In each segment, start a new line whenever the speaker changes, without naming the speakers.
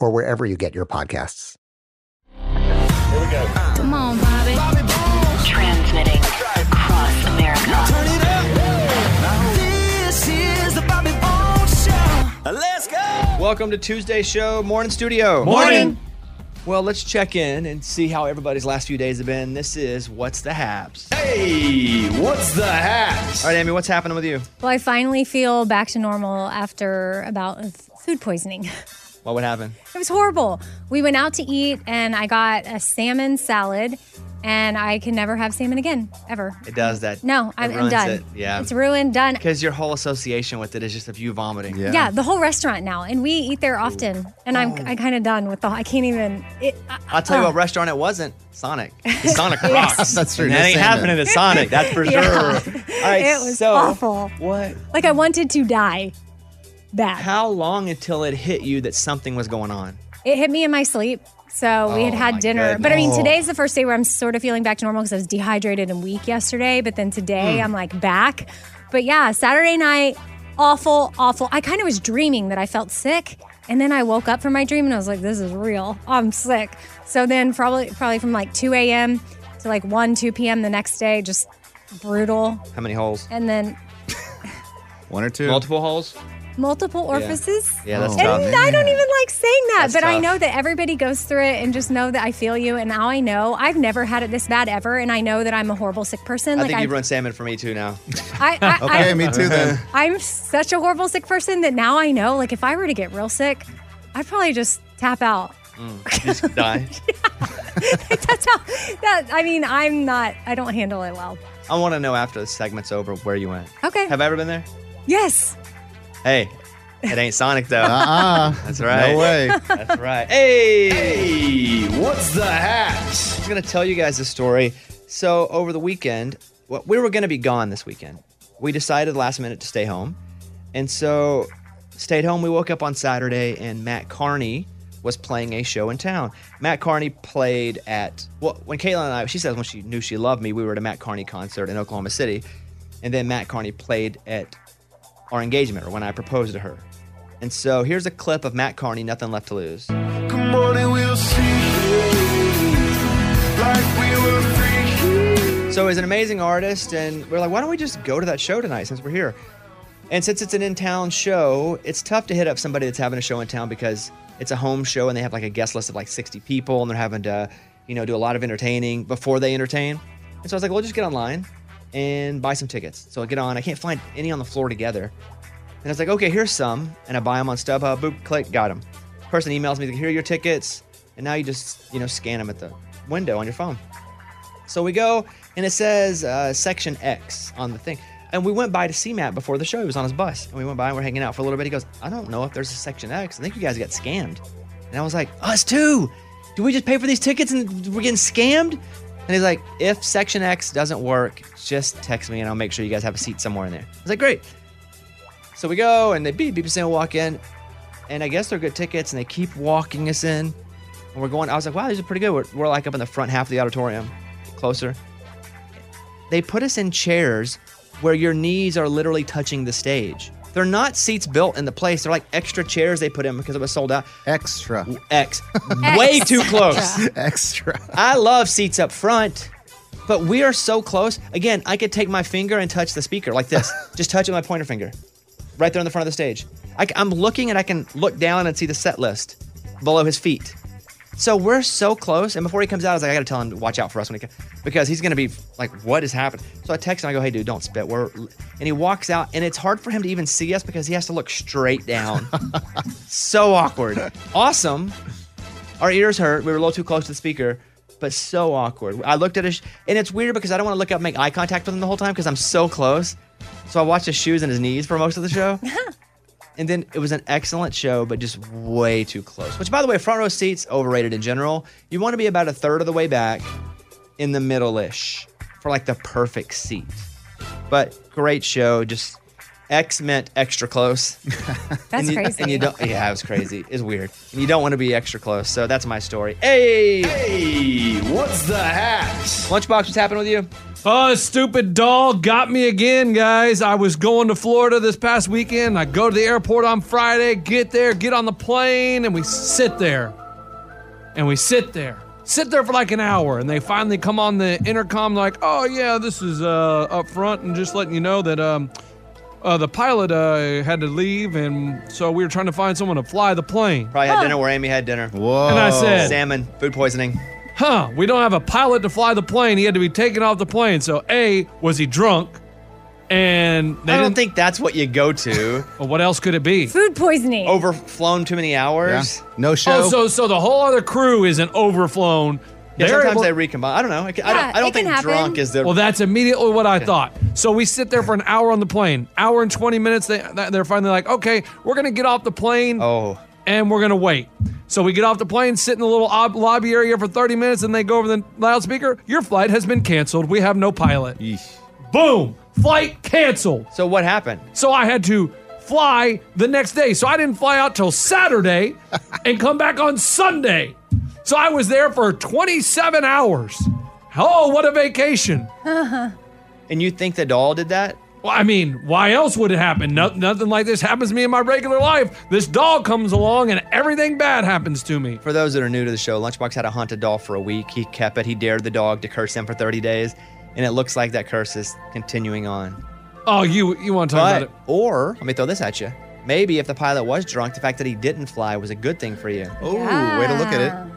or wherever you get your podcasts.
Come on, Bobby.
Transmitting across America.
Turn it up. This is the Bobby Bones Show. Let's go.
Welcome to Tuesday's show, Morning Studio.
Morning.
Well, let's check in and see how everybody's last few days have been. This is What's the Haps. All
Hey, what's the haps?
right, Amy, what's happening with you?
Well, I finally feel back to normal after about food poisoning. it
What would happen?
was horrible. We went out to eat and I got a salmon salad, and I can never have salmon again, ever.
It does that.
No,
It
I'm, I'm
ruins
done.
it, Yeah.
It's ruined, done.
Because your whole association with it is just of you vomiting.
Yeah. the whole restaurant now, and we eat there often, and
Oh.
I'm I kind of done with the. I can't even. It, I,
I'll tell you
uh,
what restaurant it wasn't. Sonic. Sonic rocks.
That's true.
And
No
that ain't
salmon.
happening at Sonic. That's for
Yeah.
sure. All right,
It was
so
awful.
What?
Like I wanted to die. Bad.
How long until it hit you that something was going on?
It hit me in my sleep. So we had
Oh, my
had dinner. But I mean,
goodness. Oh.
today's the first day where I'm sort of feeling back to normal because I was dehydrated and weak yesterday. But then today
Hmm.
I'm like back. But yeah, Saturday night, awful, awful. I kind of was dreaming that I felt sick. And then I woke up from my dream and I was like, this is real. I'm sick. So then probably probably from like 2 a.m. to like 1, 2 p.m. the next day, just brutal.
How many holes?
And then
One or two.
Multiple holes?
multiple orifices.
Yeah, that's
Oh.
tough.
And I don't even like saying that,
That's
but I
tough.
know that everybody goes through it and just know that I feel you. And now I know I've never had it this bad ever. And I know that I'm a horrible sick person.
I
like
think
I'm,
you've run salmon for me too now.
I, I,
Okay,
I,
me too then.
I'm such a horrible sick person that now I know, like, if I were to get real sick, I'd probably just tap out.
Mm. Just die.
That's how, that, I mean, I'm not, I don't handle it well.
I want to know after the segment's over where you went.
Okay.
Have I ever been there?
yes.
Hey, it ain't Sonic though.
Uh-uh.
That's right.
No way.
That's right. Hey,
Hey, what's the haps?
I'm gonna tell you guys a story. So over the weekend, well, we were gonna be gone this weekend. We decided last minute to stay home, and so stayed home. We woke up on Saturday, and Matt Carney was playing a show in town. Matt Carney played at well when Kayla and I. She says when she knew she loved me, we were at a Matt Carney concert in Oklahoma City, and then Matt Carney played at our engagement or when I proposed to her. And so here's a clip of Matt Carney, Nothing Left to Lose.
Good morning, we'll see. Like we were free.
So he's an amazing artist, and we're like, why don't we just go to that show tonight since we're here? And since it's an in-town show, it's tough to hit up somebody that's having a show in town because it's a home show and they have like a guest list of like 60 people, and they're having to, you know, do a lot of entertaining before they entertain. And so I was like, we'll just get online and buy some tickets. So I get on. I can't find any on the floor together. And I was like, okay, here's some. And I buy them on StubHub. Boop, click, got them. Person emails me, like, here are your tickets. and now you just you know scan them at the window on your phone. So we go, and it says uh, section X on the thing. And we went by to see Matt before the show. He was on his bus, and we went by and we're hanging out for a little bit. He goes, "I don't know if there's a section X. I think you guys got scammed." And I was like, "Us too? Do we just pay for these tickets and we're getting scammed?" And he's like, "If section X doesn't work, just text me and I'll make sure you guys have a seat somewhere in there." I was like, "Great." So we go, and they beep beep us in, walk in, and I guess they're good tickets, and they keep walking us in. And we're going. I was like, "Wow, these are pretty good." We're, we're like up in the front half of the auditorium, closer. They put us in chairs where your knees are literally touching the stage. They're not seats built in the place. They're like extra chairs they put in because it was sold out.
Extra.
X. Way too close.
Extra.
I love seats up front, but we are so close. Again, I could take my finger and touch the speaker like this. Just touch it with my pointer finger, right there on the front of the stage. I, am looking and I can look down and see the set list below his feet. So we're so close. And before he comes out, I was like, I gotta tell him to watch out for us when he comes because he's gonna be like, what is happening? So I text him. I go, Hey, dude, don't spit. We're and he walks out, and it's hard for him to even see us because he has to look straight down. so awkward. Awesome. Our ears hurt. We were a little too close to the speaker, but so awkward. I looked at his, and it's weird because I don't want to look up, and make eye contact with him the whole time because I'm so close. So I watched his shoes and his knees for most of the show.
Uh-huh.
and then it was an excellent show, but just way too close. Which, by the way, front row seats overrated in general. You want to be about a third of the way back, in the middle ish, for like the perfect seat. But great show. Just X meant extra close.
That's
and you,
crazy.
And you don't. Yeah, it was crazy. It's weird. And you don't want to be extra close. So that's my story. Hey. Hey.
What's the hat?
Lunchbox, what's happening with you?
Oh, stupid doll got me again, guys. I was going to Florida this past weekend. I go to the airport on Friday, get there, get on the plane, and we sit there. And we sit there. Sit there for like an hour, and they finally come on the intercom, like, oh, yeah, this is uh, up front, and just letting you know that um, uh, the pilot uh, had to leave, and so we were trying to find someone to fly the plane.
Probably had dinner where Amy had dinner.
Whoa. And I said,
salmon, food poisoning.
huh, we don't have a pilot to fly the plane. He had to be taken off the plane. So, A, was he drunk? And
I don't think that's what you go to.
well, what else could it be?
Food poisoning.
Overflown too many hours.
No
show.
Oh, so, so the whole other crew isn't overflown.
Yeah,
They're
sometimes
able-
they recombine. I don't know. I, I
Yeah,
don't, I
it
don't
can
think
happen.
drunk is the.
Well, that's immediately what I
Okay.
thought. So we sit there for an hour on the plane, hour and twenty minutes. They they're finally like, okay, we're gonna get off the plane.
Oh.
And we're gonna wait. So we get off the plane, sit in the little ob- lobby area for thirty minutes, and they go over the loudspeaker. Your flight has been canceled. We have no pilot. Boom! Flight canceled.
So what happened?
So I had to fly the next day. So I didn't fly out till Saturday, and come back on Sunday. So I was there for twenty-seven hours. Oh, what a vacation!
Uh-huh.
And you think the doll did that?
Well, I mean, why else would it happen? No, nothing like this happens to me in my regular life. This doll comes along and everything bad happens to me.
For those that are new to the show, Lunchbox had a haunted doll for a week. He kept it. He dared the dog to curse him for 30 days, and it looks like that curse is continuing on.
Oh, you you want to talk
But-
about it?
Or let me throw this at you. Maybe if the pilot was drunk, the fact that he didn't fly was a good thing for you.
Oh, way to look at it.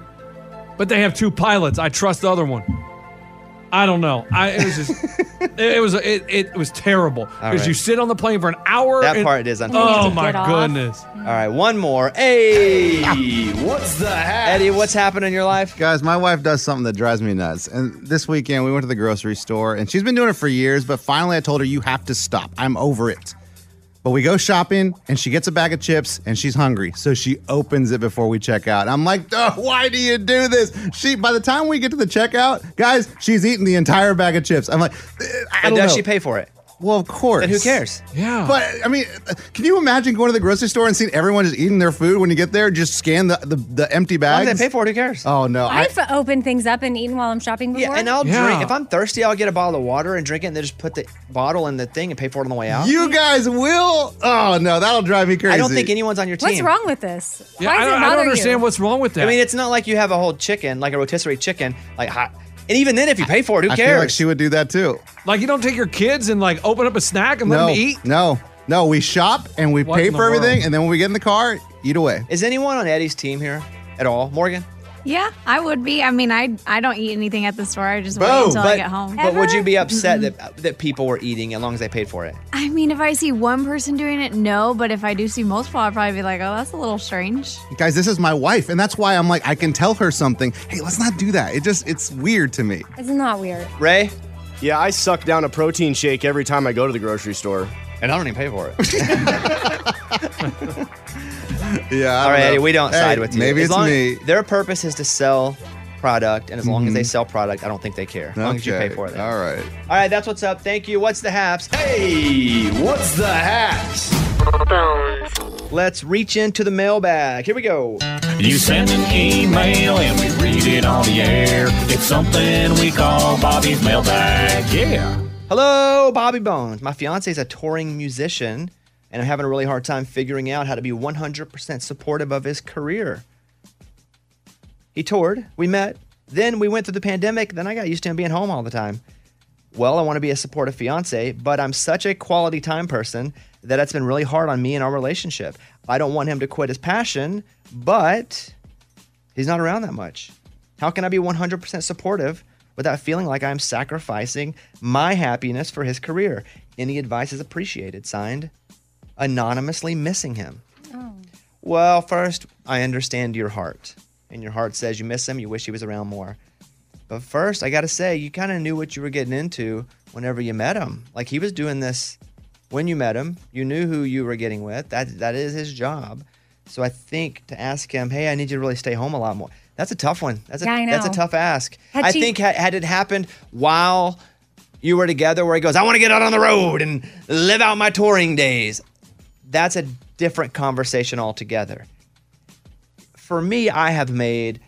But they have two pilots. I trust the other one. I don't know. I it was just it, it was it, it was terrible because
right.
you sit on the plane for an hour.
That
and-
part is unfortunate.
Oh my goodness.
All right, one more. Hey,
what's the hat?
Eddie, what's happening in your life?
Guys, my wife does something that drives me nuts. And this weekend, we went to the grocery store, and she's been doing it for years, but finally I told her, You have to stop. I'm over it. But we go shopping, and she gets a bag of chips, and she's hungry. So she opens it before we check out. I'm like, oh, Why do you do this? She, by the time we get to the checkout, Oh, guys, she's eaten the entire bag of chips. I'm like, uh, I
But
don't
does
know.
she pay for it?
Well, of course.
Then who cares?
Yeah.
But I mean, uh, can you imagine going to the grocery store and seeing everyone just eating their food when you get there? Just scan the, the, the empty
Why
bags.
do they pay for it? Who cares?
Oh no! I,
I've opened things up and eaten while I'm shopping before.
and I'll
Yeah.
drink. If I'm thirsty, I'll get a bottle of water and drink it, and then just put the bottle in the thing and pay for it on the way out.
you guys will. Oh no, that'll drive me crazy.
I don't think anyone's on your team.
What's wrong with this? Why does it bother you?
what's wrong with
I mean, it's not like you have a whole chicken, like a rotisserie chicken, like hot. And even then, if you pay for it, who
I
cares?
feel like she would do that too.
Like you don't take your kids and like open up a snack and let
no,
them eat.
no, no. We shop and we
What
pay
in the
for everything,
world?
and then when we get in the car, eat away.
Is anyone on Eddie's team here at all, Morgan?
Yeah, I would be. I mean, I I don't eat anything at the store. I just wait
Boom.
until
but,
I get home.
but would you be upset
Mm-hmm.
that that people were eating as long as they paid for it?
I mean, if I see one person doing it, no. But if I do see multiple, I'll probably be like, oh, that's a little strange.
Guys, this is my wife, and that's why I'm like, I can tell her something. Hey, let's not do that. It just, it's weird to me.
It's not weird.
Ray?
Yeah, I suck down a protein shake every time I go to the grocery store.
And I don't even pay for it.
Yeah.
All right, Eddie,
know.
we don't
Hey,
side with you.
Maybe
As
it's
long-
me.
Their purpose is to sell product, and as long as they
Mhm.
sell product, I don't think they care. As long as you
Okay,
pay for it.
All right.
All right, that's what's up. Thank you. What's the haps? Hey, what's the haps? Let's reach into the mailbag. Here we go.
You send an email and we read it on the air. It's something we call Bobby's mailbag. Yeah.
Hello, Bobby Bones. My fiance is a touring musician, and I'm having a really hard time figuring out how to be 100% supportive of his career. He toured, we met, then we went through the pandemic, then I got used to him being home all the time. Well, I want to be a supportive fiance, but I'm such a quality time person that it's been really hard on me and our relationship. I don't want him to quit his passion, but he's not around that much. How can I be 100% supportive without feeling like I'm sacrificing my happiness for his career? Any advice is appreciated. Signed, anonymously missing him.
Oh.
Well, first, I understand your heart. And your heart says you miss him, you wish he was around more. But first, I got to say, you kind of knew what you were getting into whenever you met him. Like he was doing this when you met him, you knew who you were getting with. That that is his job. So I think to ask him, "Hey, I need you to really stay home a lot more." That's a tough one. That's a
Yeah, I
that's a
know.
tough ask.
Had
I
she-
think had, had it happened while you were together where he goes, "I want to get out on the road and live out my touring days." That's a different conversation altogether. For me, I have made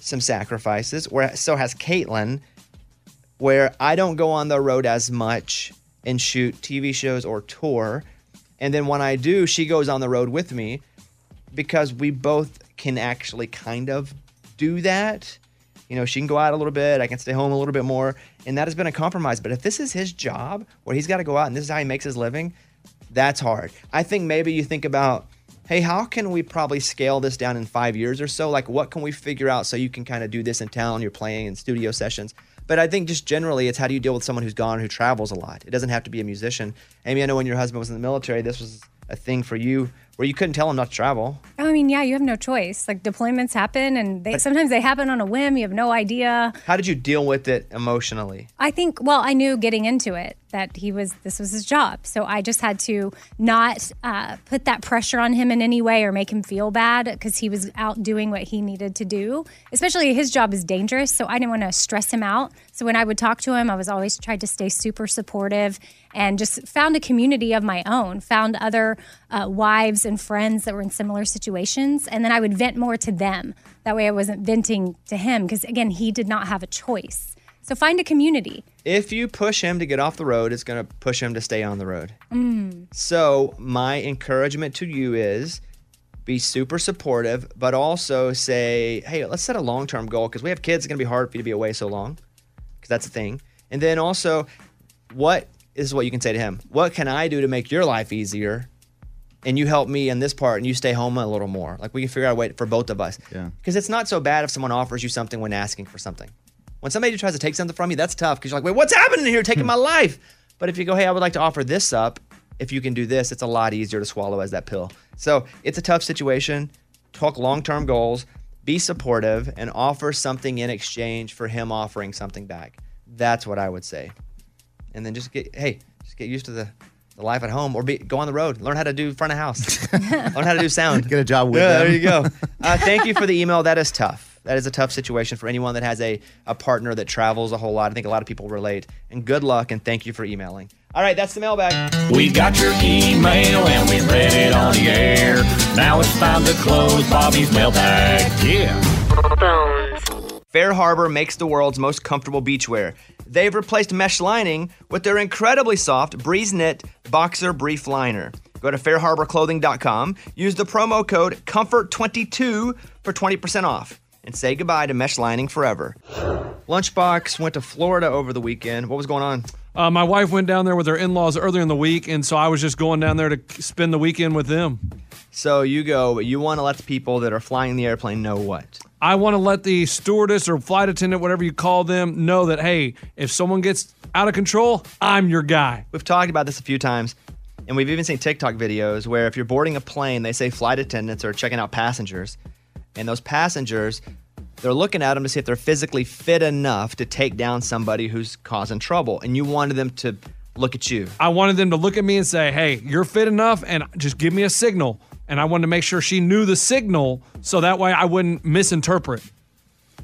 some sacrifices, where so has Caitlin, where I don't go on the road as much and shoot TV shows or tour. And then when I do, she goes on the road with me because we both can actually kind of do that. You know, she can go out a little bit, I can stay home a little bit more. And that has been a compromise. But if this is his job where he's got to go out and this is how he makes his living, that's hard. I think maybe you think about, hey, how can we probably scale this down in five years or so? Like, what can we figure out so you can kind of do this in town? You're playing in studio sessions. But I think just generally, it's how do you deal with someone who's gone, who travels a lot? It doesn't have to be a musician. Amy, I know when your husband was in the military, this was a thing for you where you couldn't tell him not to travel.
I mean, yeah, you have no choice. Like deployments happen, and they
But-
sometimes they happen on a whim. You have no idea.
How did you deal with it emotionally?
I think, well, I knew getting into it that he was, this was his job. So I just had to not uh, put that pressure on him in any way or make him feel bad because he was out doing what he needed to do. Especially his job is dangerous. So I didn't want to stress him out. So when I would talk to him, I was always tried to stay super supportive and just found a community of my own, found other uh, wives and friends that were in similar situations. And then I would vent more to them. That way I wasn't venting to him because, again, he did not have a choice. So find a community.
If you push him to get off the road, it's going to push him to stay on the road.
Mm.
So, my encouragement to you is be super supportive, but also say, hey, let's set a long term goal because we have kids. It's going to be hard for you to be away so long because that's a thing. And then also, what this is what you can say to him? What can I do to make your life easier? And you help me in this part and you stay home a little more. Like, we can figure out a way for both of us.
Yeah.
Because it's not so bad if someone offers you something when asking for something. When somebody tries to take something from you, that's tough because you're like, wait, what's happening here? Taking my life. But if you go, hey, I would like to offer this up, if you can do this, it's a lot easier to swallow as that pill. So it's a tough situation. Talk long term goals, be supportive, and offer something in exchange for him offering something back. That's what I would say. And then just get, hey, just get used to the, the life at home or be, go on the road, learn how to do front of house, learn how to do sound.
Get a job with
yeah,
them.
there you go. Uh, thank you for the email. That is tough. That is a tough situation for anyone that has a, a partner that travels a whole lot. I think a lot of people relate. And good luck and thank you for emailing. All right, that's the mailbag.
We got your email and we read it on the air. Now it's time to close Bobby's mailbag. Yeah.
Fair Harbor makes the world's most comfortable beachwear. They've replaced mesh lining with their incredibly soft Breeze Knit Boxer Brief Liner. Go to fairharborclothing.com, use the promo code COMFORT22 for 20% off, and say goodbye to mesh lining forever. Lunchbox went to Florida over the weekend. What was going on?
Uh, my wife went down there with her in laws earlier in the week, and so I was just going down there to spend the weekend with them.
So you go, but you want to let the people that are flying the airplane know what?
I want to let the stewardess or flight attendant, whatever you call them, know that hey, if someone gets out of control, I'm your guy.
We've talked about this a few times, and we've even seen TikTok videos where if you're boarding a plane, they say flight attendants are checking out passengers, and those passengers, they're looking at them to see if they're physically fit enough to take down somebody who's causing trouble, and you wanted them to look at you.
I wanted them to look at me and say, hey, you're fit enough, and just give me a signal. And I wanted to make sure she knew the signal so that way I wouldn't misinterpret.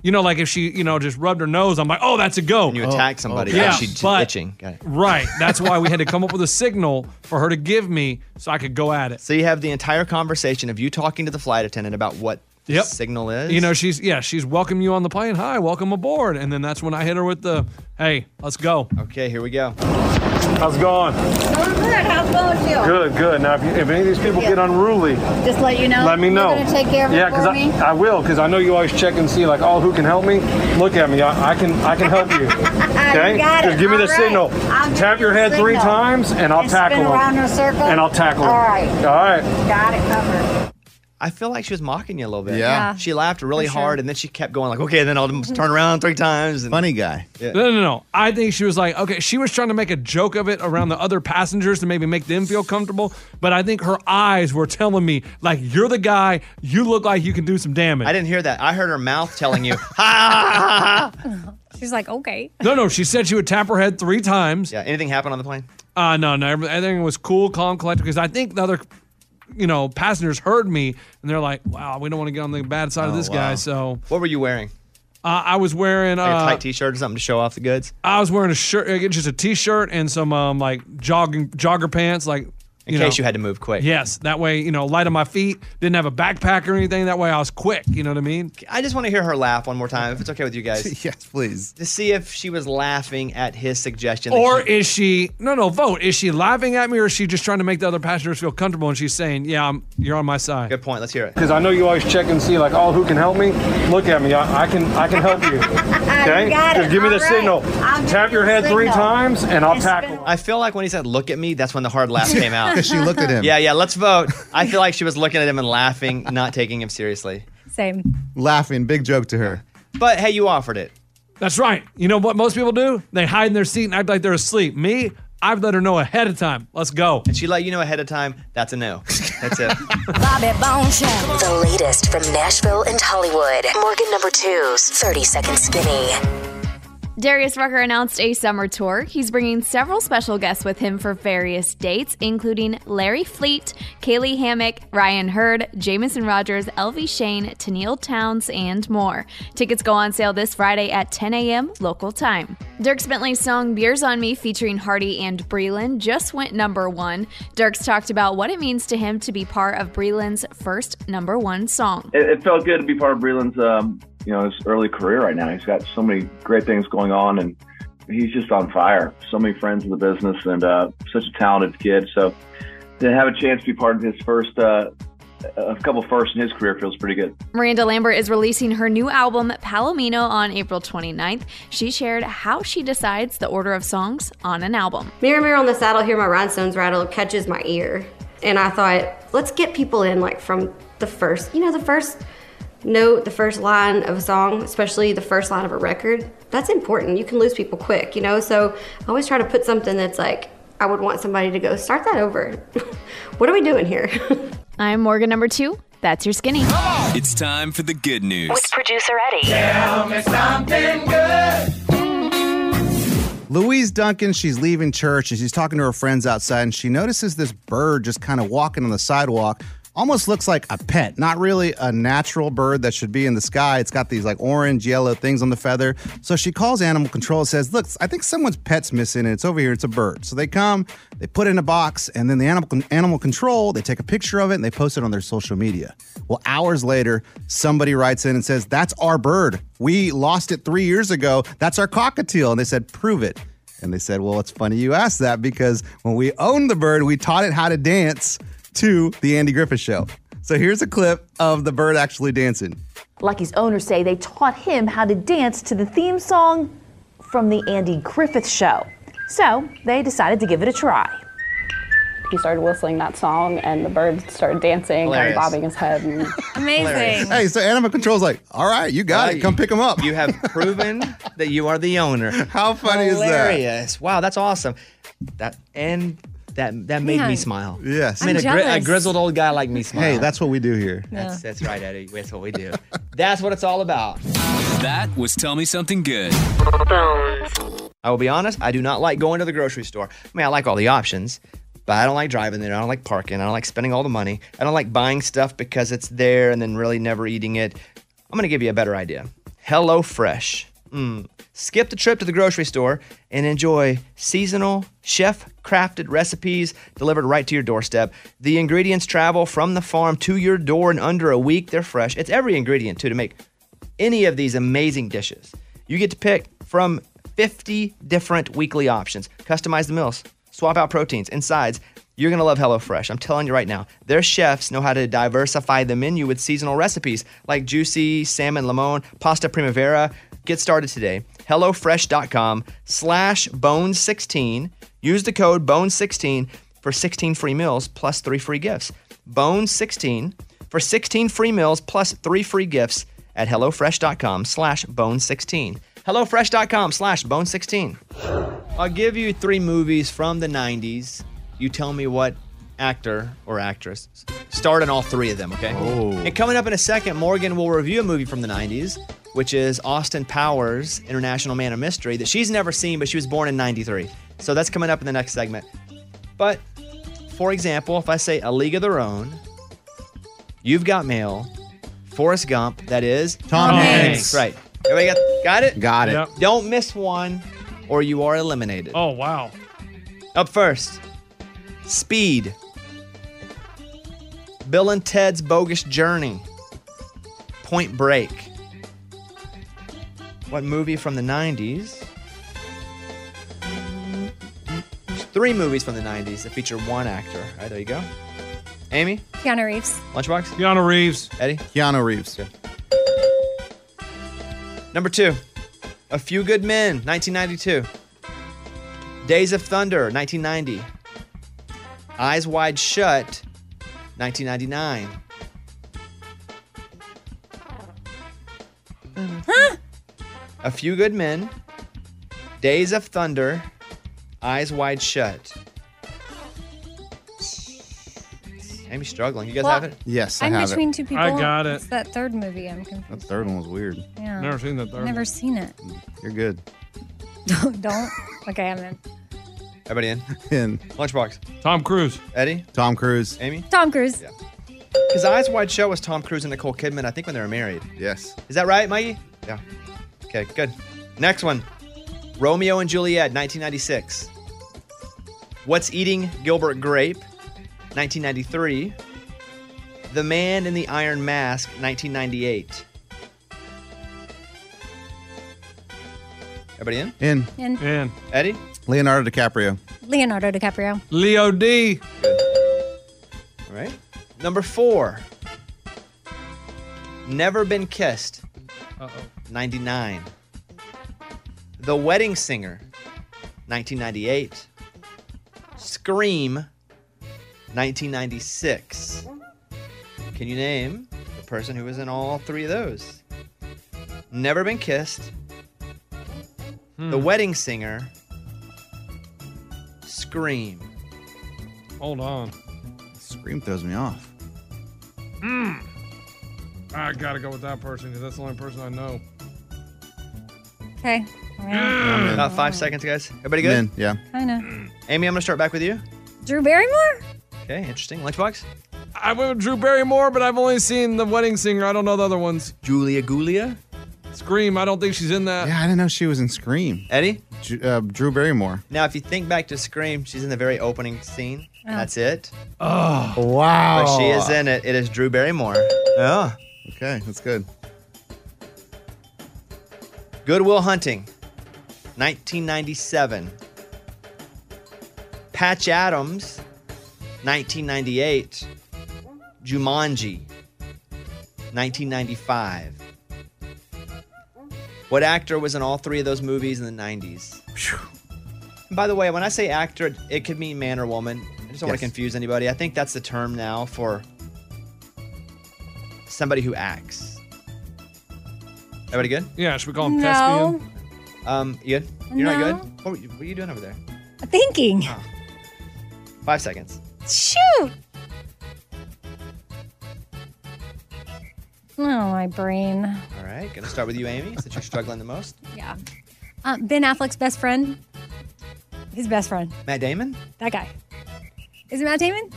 You know, like if she, you know, just rubbed her nose, I'm like, oh, that's a go.
And you attack somebody,
yeah,
and she's
but-
itching. Got it.
Right. That's why we had to come up with a signal for her to give me so I could go at it.
So you have the entire conversation of you talking to the flight attendant about what the signal is.
You know, she's yeah, she's welcome you on the plane. Hi, welcome aboard. And then that's when I hit her with the, hey, let's go.
Okay, here we go.
How's it going?
I'm good. How's it going with you?
Good, good. Now, if, you, if any of these people get unruly,
Just Oh. let you know.
let me know.
You're gonna take care of
yeah,
it for me.
I, I will, because I know you always check and see, like, oh, who can help me? Look at me. I, I can I can help you. Okay?
got
Just
it.
give me the
All right.
signal.
I'll give
Tap
you
your
the
head three
signal.
times, and I'll
And spin
tackle
around
them.
in a circle?
And I'll tackle
All
them.
right.
All right.
Got it covered.
I feel like she was mocking you a little bit.
Yeah. Yeah,
She laughed really hard and then she kept going like, okay, then I'll just turn around three times. And
Funny guy.
No, no, no. I think she was like, okay, she was trying to make a joke of it around the other passengers to maybe make them feel comfortable. But I think her eyes were telling me, like, you're the guy. You look like you can do some damage.
I didn't hear that. I heard her mouth telling you.
She's like, okay.
no, no. She said she would tap her head three times.
Yeah. Anything happen on the plane?
Uh, no, no. every- Everything was cool, calm, collected because I think the other, you know, passengers heard me and they're like, wow, we don't want to get on the bad side of
Oh,
this
wow.
guy. So
what were you wearing?
Uh, I was wearing
Like a
uh,
tight t-shirt or something to show off the goods?
I was wearing a shirt, uh, just a t-shirt and some um, like jogging jogger pants, like
In case you had to move quick.
Yes, that way you know, light on my feet. Didn't have a backpack or anything. That way I was quick. You know what I mean?
I just want to hear her laugh one more time, if it's okay with you guys.
yes, please.
To see if she was laughing at his suggestion. that
Or
she-
is she? No, no. Vote. Is she laughing at me, or is she just trying to make the other passengers feel comfortable? And she's saying, "Yeah, I'm, you're on my side."
Good point. Let's hear it.
Because I know you always check and see, like, oh, who can help me? Look at me. I, I can I can help you. Okay?
got it.
Just give me the
All right.
signal.
I'll give
Tap
you
your
the
head three
signal.
times, and I'll tackle
I feel like when he said "look at me," that's when the hard laugh came out.
'Cause she looked at him.
Yeah, yeah. Let's vote. I feel like she was looking at him and laughing, not taking him seriously.
Same.
Laughing, big joke to her.
But hey, you offered it.
That's right. You know what most people do? They hide in their seat and act like they're asleep. Me, I've let her know ahead of time. Let's go.
And she let you know ahead of time. That's a no. That's it.
Bobby Bones Show. The latest from Nashville and Hollywood. Morgan number two's 30 Second Skinny.
Darius Rucker announced a summer tour. He's bringing several special guests with him for various dates, including Larry Fleet, Kaylee Hammock, Ryan Hurd, Jamison Rogers, LV Shane, Tennille Towns, and more. Tickets go on sale this Friday at 10 a.m. local time. Dirks Bentley's song Beers on Me featuring Hardy and Breland just went number one. Dirks talked about what it means to him to be part of Breland's first number one song.
it, it felt good to be part of Breland's, um, you know, his early career right now. He's got so many great things going on, and he's just on fire. So many friends in the business, and uh, such a talented kid. So to have a chance to be part of his first, uh, a couple firsts in his career feels pretty good.
Miranda Lambert is releasing her new album, Palomino, on April 29th. She shared how she decides the order of songs on an album.
Mirror, mirror on the saddle, hear my rhinestones rattle, catches my ear. And I thought, let's get people in like from the first, you know, the first note, the first line of a song, especially the first line of a record. That's important. You can lose people quick, you know? So I always try to put something that's like, I would want somebody to go, start that over. what are we doing here?
I'm Morgan number two. That's your skinny.
It's time for the good news.
With producer Eddie.
Tell me something good.
Louise Duncan, she's leaving church and she's talking to her friends outside and she notices this bird just kind of walking on the sidewalk. Almost looks like a pet, not really a natural bird that should be in the sky. It's got these like orange, yellow things on the feather. So she calls animal control and says, Look, I think someone's pet's missing and it's over here. It's a bird. So they come, they put it in a box, and then the animal, animal control, they take a picture of it and they post it on their social media. Well, hours later, somebody writes in and says, That's our bird. We lost it three years ago. That's our cockatiel. And they said, Prove it. And they said, Well, it's funny you asked that because when we owned the bird, we taught it how to dance to the Andy Griffith show. So here's a clip of the bird actually dancing.
Lucky's owners say they taught him how to dance to the theme song from the Andy Griffith Show. So they decided to give it a try. He started whistling that song, and the bird started dancing
Hilarious.
and bobbing his head. And
Amazing.
Hey, so Animal Control's like, all right, you got
Well,
it. Come pick them up.
You have proven that you are the owner. How
funny is that?
Hilarious. Wow, that's awesome. That and that that made me
Man.
smile.
Yes.
I mean,
I'm
a, gri- a
jealous.
grizzled old guy like me smile.
Hey, that's what we do here.
That's, that's right, Eddie. That's what we do. That's what it's all about.
That was Tell Me Something Good.
I will be honest, I do not like going to the grocery store. I mean, I like all the options, but I don't like driving there. I don't like parking. I don't like spending all the money. I don't like buying stuff because it's there and then really never eating it. I'm going to give you a better idea. Hello Fresh. Mm. Skip the trip to the grocery store and enjoy seasonal, chef crafted recipes delivered right to your doorstep. The ingredients travel from the farm to your door in under a week. They're fresh. It's every ingredient, too, to make any of these amazing dishes. You get to pick from 50 different weekly options. Customize the meals, swap out proteins and sides. You're going to love HelloFresh. I'm telling you right now. Their chefs know how to diversify the menu with seasonal recipes like juicy salmon limon, pasta primavera. Get started today. HelloFresh.com slash bone16. Use the code bone16 for 16 free meals plus three free gifts. Bone16 for 16 free meals plus three free gifts at HelloFresh.com slash Bone16. HelloFresh.com slash Bone16. I'll give you three movies from the 90s. You tell me what actor or actress starred in all three of them, okay? And coming up in a second, Morgan will review a movie from the 90s, which is Austin Powers, International Man of Mystery, that she's never seen, but she was born in 93. So that's coming up in the next segment. But for example, if I say A League of Their Own, You've Got Mail, Forrest Gump, that is
Tom Tom Hanks. Hanks.
Right. Everybody got, got it?
Got it. Yep.
Don't miss one or you are eliminated. Oh, wow. Up first, Speed. Bill and Ted's Bogus Journey. Point Break. What movie from the 90s? Three movies from the 90s that feature one actor. All right, there you go. Amy?
Keanu Reeves.
Lunchbox? Keanu Reeves. Eddie? Keanu Reeves. Number two, A Few Good Men, 1992. Days of Thunder, 1990. Eyes Wide Shut, 1999. A Few Good Men, Days of Thunder, Eyes Wide Shut. Amy's struggling. You guys
Well,
have it?
Yes,
I'm between two people. It's
That
that third movie. I'm confused.
third one was weird.
Yeah. Never
seen that
Never seen it.
You're good.
Don't. Okay, I'm in.
Everybody in?
In.
Lunchbox.
Tom Cruise.
Eddie?
Tom Cruise.
Amy?
Tom Cruise.
His Eyes Wide Shut was Tom Cruise and Nicole Kidman, I think, when they were married.
Yes.
Is that right, Mikey? Yeah. Okay, good. Next one Romeo and Juliet, 1996. What's Eating Gilbert Grape, 1993. The Man in the Iron Mask, 1998. Everybody in?
In.
In.
In.
Eddie?
Leonardo DiCaprio.
Leonardo DiCaprio.
Leo D.
All right. Number four. Never Been Kissed. Uh oh. 99. The Wedding Singer. 1998. Scream. 1996. Can you name the person who was in all three of those? Never Been Kissed. The
Hmm.
Wedding Singer. Scream.
Hold on.
Scream throws me off.
Mm. I gotta go with that person because that's the only person I know.
Okay.
About five seconds, guys. Everybody good?
Men, yeah.
Kind of.
Amy, I'm gonna start back with you.
Drew Barrymore.
Okay, interesting. Lunchbox.
I went with Drew Barrymore, but I've only seen The Wedding Singer. I don't know the other ones.
Julia Gulia?
Scream. I don't think she's in that.
Yeah, I didn't know she was in Scream.
Eddie?
Ju- uh, Drew Barrymore.
Now, if you think back to Scream, she's in the very opening scene. And
Oh.
that's it.
Oh, wow. Ah,
But she is in it. It is Drew Barrymore. Yeah.
Okay, that's good.
Goodwill Hunting, 1997. Patch Adams, 1998. Jumanji, 1995. What actor was in all three of those movies in the 90s? By the way, when I say actor, it could mean man or woman. I just don't want to
Yes.
confuse anybody. I think that's the term now for somebody who acts. Everybody good?
Yeah, should we call
him No.
Um, you good? You're
No.
not good? What, were you- what are you doing over there?
Thinking.
Five seconds.
Shoot. Oh, my brain.
All right, gonna start with you, Amy, since you're struggling the most.
Yeah. Uh, ben Affleck's best friend. His best friend.
Matt Damon?
That guy. Is it Matt Damon?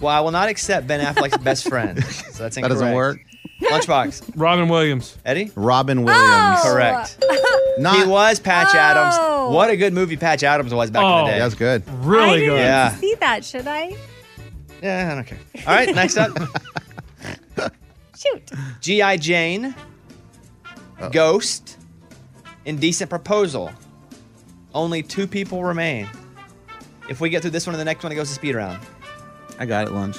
Well, I will not accept Ben Affleck's best friend. So that's incorrect.
That doesn't work.
Lunchbox.
Robin Williams.
Eddie? Oh.
Robin Williams.
Correct. he was Patch
Oh.
Adams. What a good movie Patch Adams was back in
Oh.
the day.
That was good.
I didn't
Yeah.
see that, should I?
Yeah, I don't care. All right, next up.
Shoot.
G.I. Jane, Ghost, Indecent Proposal. Only two people remain. If we get through this one and the next one, it goes to speed round.
I got it, lunch.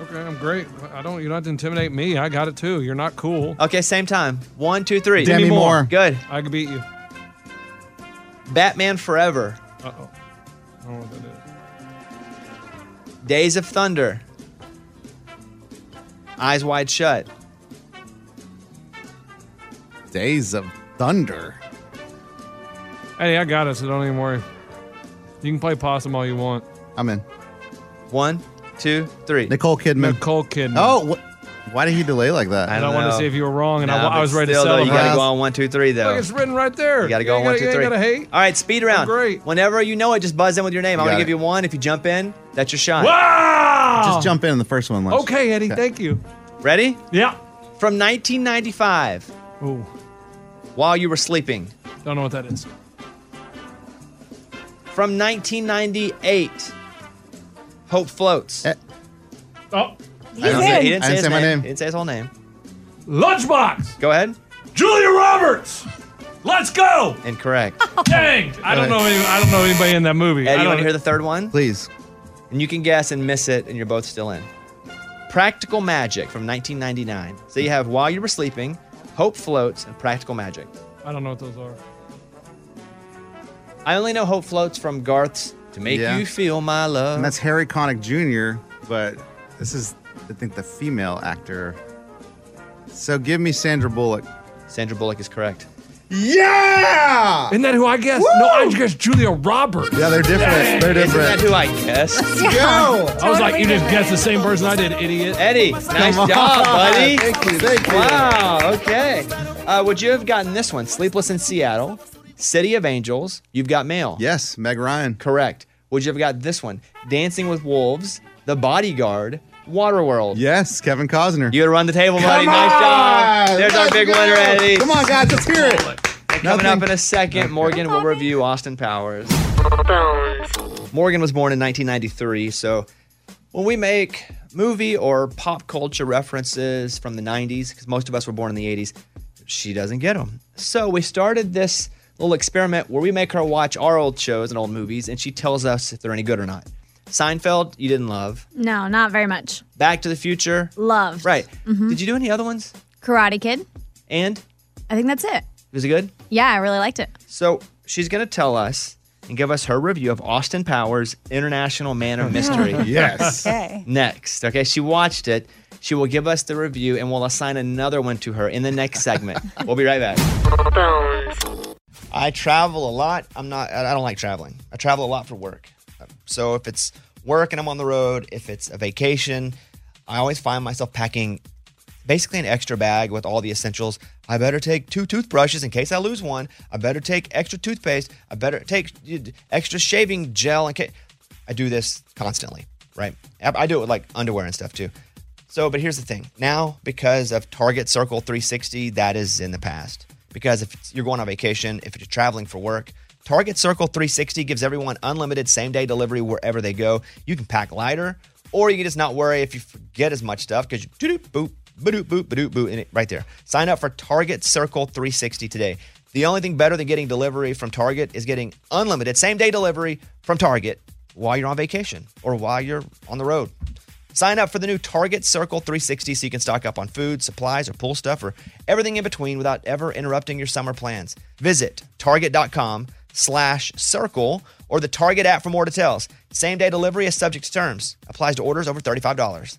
Okay, I'm great. I don't. You don't have to intimidate me. I got it too. You're not cool.
Okay, same time. One, two, three.
Demi Demi Moore. Moore.
Good.
I can beat you.
Batman Forever.
Uh oh. I don't know what that
Days of Thunder. Eyes Wide Shut.
Days of Thunder.
is. Hey, I got it. So don't even worry. You can play possum all you want.
I'm in.
One, two, three.
Nicole Kidman.
Nicole Kidman.
Oh, wh- why did he delay like that?
I don't wanted to see if you were wrong, and I,
No,
I
but
was ready
still,
to
though,
celebrate.
You gotta go on one, two, three, though.
Look, it's written right there.
You gotta go on
ain't
one,
gotta-
two,
you
three.
ain't gotta hate.
All right, speed round. Great. Whenever you know it, just buzz in with your name. I'm
got
gonna give
it.
you one. If you jump in, that's your shot.
Wow!
Just jump in on the first one. Lunch.
Okay, Eddie. Thank you.
Ready?
Yeah.
From 1995.
Ooh.
While you were sleeping.
Don't know what that is.
From 1998. Hope floats.
Oh.
I don't say- he didn't say, Eh. his name. He didn't say his whole name.
Lunchbox.
Go ahead.
Julia Roberts. Let's go.
Incorrect.
Dang. I don't know. Any, I don't know anybody in that movie.
Eddie,
I
you
don't
want to hear the third one?
Please.
And you can guess and miss it, and you're both still in. Practical Magic from 1999. So you have While You Were Sleeping, Hope Floats, and Practical Magic.
I don't know what those are.
I only know Hope Floats from Garth's To Make
Yeah.
You Feel My Love.
And that's Harry Connick Jr., but this is, I think, the female actor. So give me Sandra Bullock.
Sandra Bullock is correct.
Yeah!
Isn't that who I guessed? No, I guessed Julia Roberts.
Yeah, they're different. They're
Isn't that
different.
who I guessed?
Yeah, I was like,
totally
you just
different.
guessed the same person I did, idiot.
Eddie, nice
Come on.
job, buddy.
Thank you, thank you.
Wow, okay. Uh, would you have gotten this one? Sleepless in Seattle, City of Angels, You've Got Mail.
Yes, Meg Ryan.
Correct. Would you have got this one? Dancing with Wolves, The Bodyguard, Waterworld.
Yes, Kevin Cosner.
You had run the table, buddy.
Come
nice
on!
job. There's our
Let's
big
go!
winner, Eddie.
Come on, guys, let's hear it.
Coming up in a second, Morgan will review Austin Powers. Morgan was born in 1993, so when we make movie or pop culture references from the 90s, because most of us were born in the 80s, she doesn't get them. So we started this little experiment where we make her watch our old shows and old movies, and she tells us if they're any good or not. Seinfeld, you didn't love.
No, not very much.
Back to the Future,
Loved.
right? Did you do any other ones?
Karate Kid.
And
I think that's it.
was it good?
Yeah, I really liked it.
So she's going to tell us and give us her review of Austin Powers' International Man of Mystery.
Yes.
Okay.
Next. Okay. She watched it. She will give us the review and we'll assign another one to her in the next segment. we'll be right back. I travel a lot. I'm not, I I don't like traveling. I travel a lot for work. So if it's work and I'm on the road, if it's a vacation, I always find myself packing basically an extra bag with all the essentials. I better take two toothbrushes in case I lose one. I better take extra toothpaste. I better take uh, extra shaving gel in case. I do this constantly, right? I I do it with like underwear and stuff too. So, but here's the thing. Now, because of Target Circle 360, that is in the past. Because if it's- you're going on vacation, if you're traveling for work, Target Circle 360 gives everyone unlimited same day delivery wherever they go. You can pack lighter, or you can just not worry if you forget as much stuff because you doop boop, badoop boop, badoop boop, and it right there. Sign up for Target Circle 360 today. The only thing better than getting delivery from Target is getting unlimited same day delivery from Target while you're on vacation or while you're on the road. Sign up for the new Target Circle 360 so you can stock up on food, supplies, or pool stuff or everything in between without ever interrupting your summer plans. Visit target.com slash circle or the Target app for more details. Same day delivery is subject to terms. Applies to orders over $35.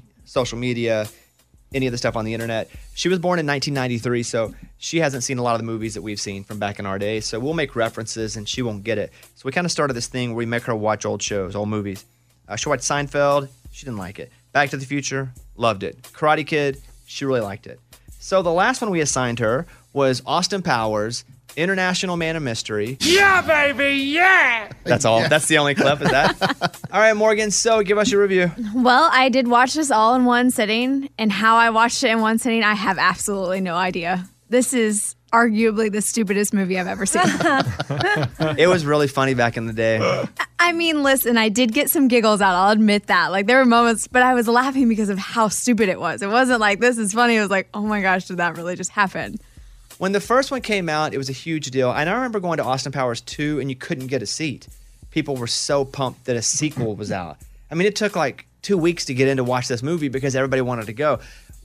social media, any of the stuff on the internet, she was born in 1993, so she hasn't seen a lot of the movies that we've seen from back in our day. So we'll make references and she won't get it. So we kind of started this thing where we make her watch old shows, old movies. Uh, she watched Seinfeld, she didn't like it. Back to the Future, loved it. Karate Kid, she really liked it. So the last one we assigned her was Austin Powers, International Man of Mystery.
Yeah, baby, yeah.
That's all. That's the only clip. Is that? all right, Morgan. So give us your review.
Well, I did watch this all in one sitting, and how I watched it in one sitting, I have absolutely no idea. This is arguably the stupidest movie I've ever seen.
it was really funny back in the day.
I mean, listen, I did get some giggles out. I'll admit that. Like, there were moments, but I was laughing because of how stupid it was. It wasn't like, this is funny. It was like, oh my gosh, did that really just happen?
When the first one came out, it was a huge deal. And I remember going to Austin Powers 2 and you couldn't get a seat. People were so pumped that a sequel was out. I mean, it took like two weeks to get in to watch this movie because everybody wanted to go.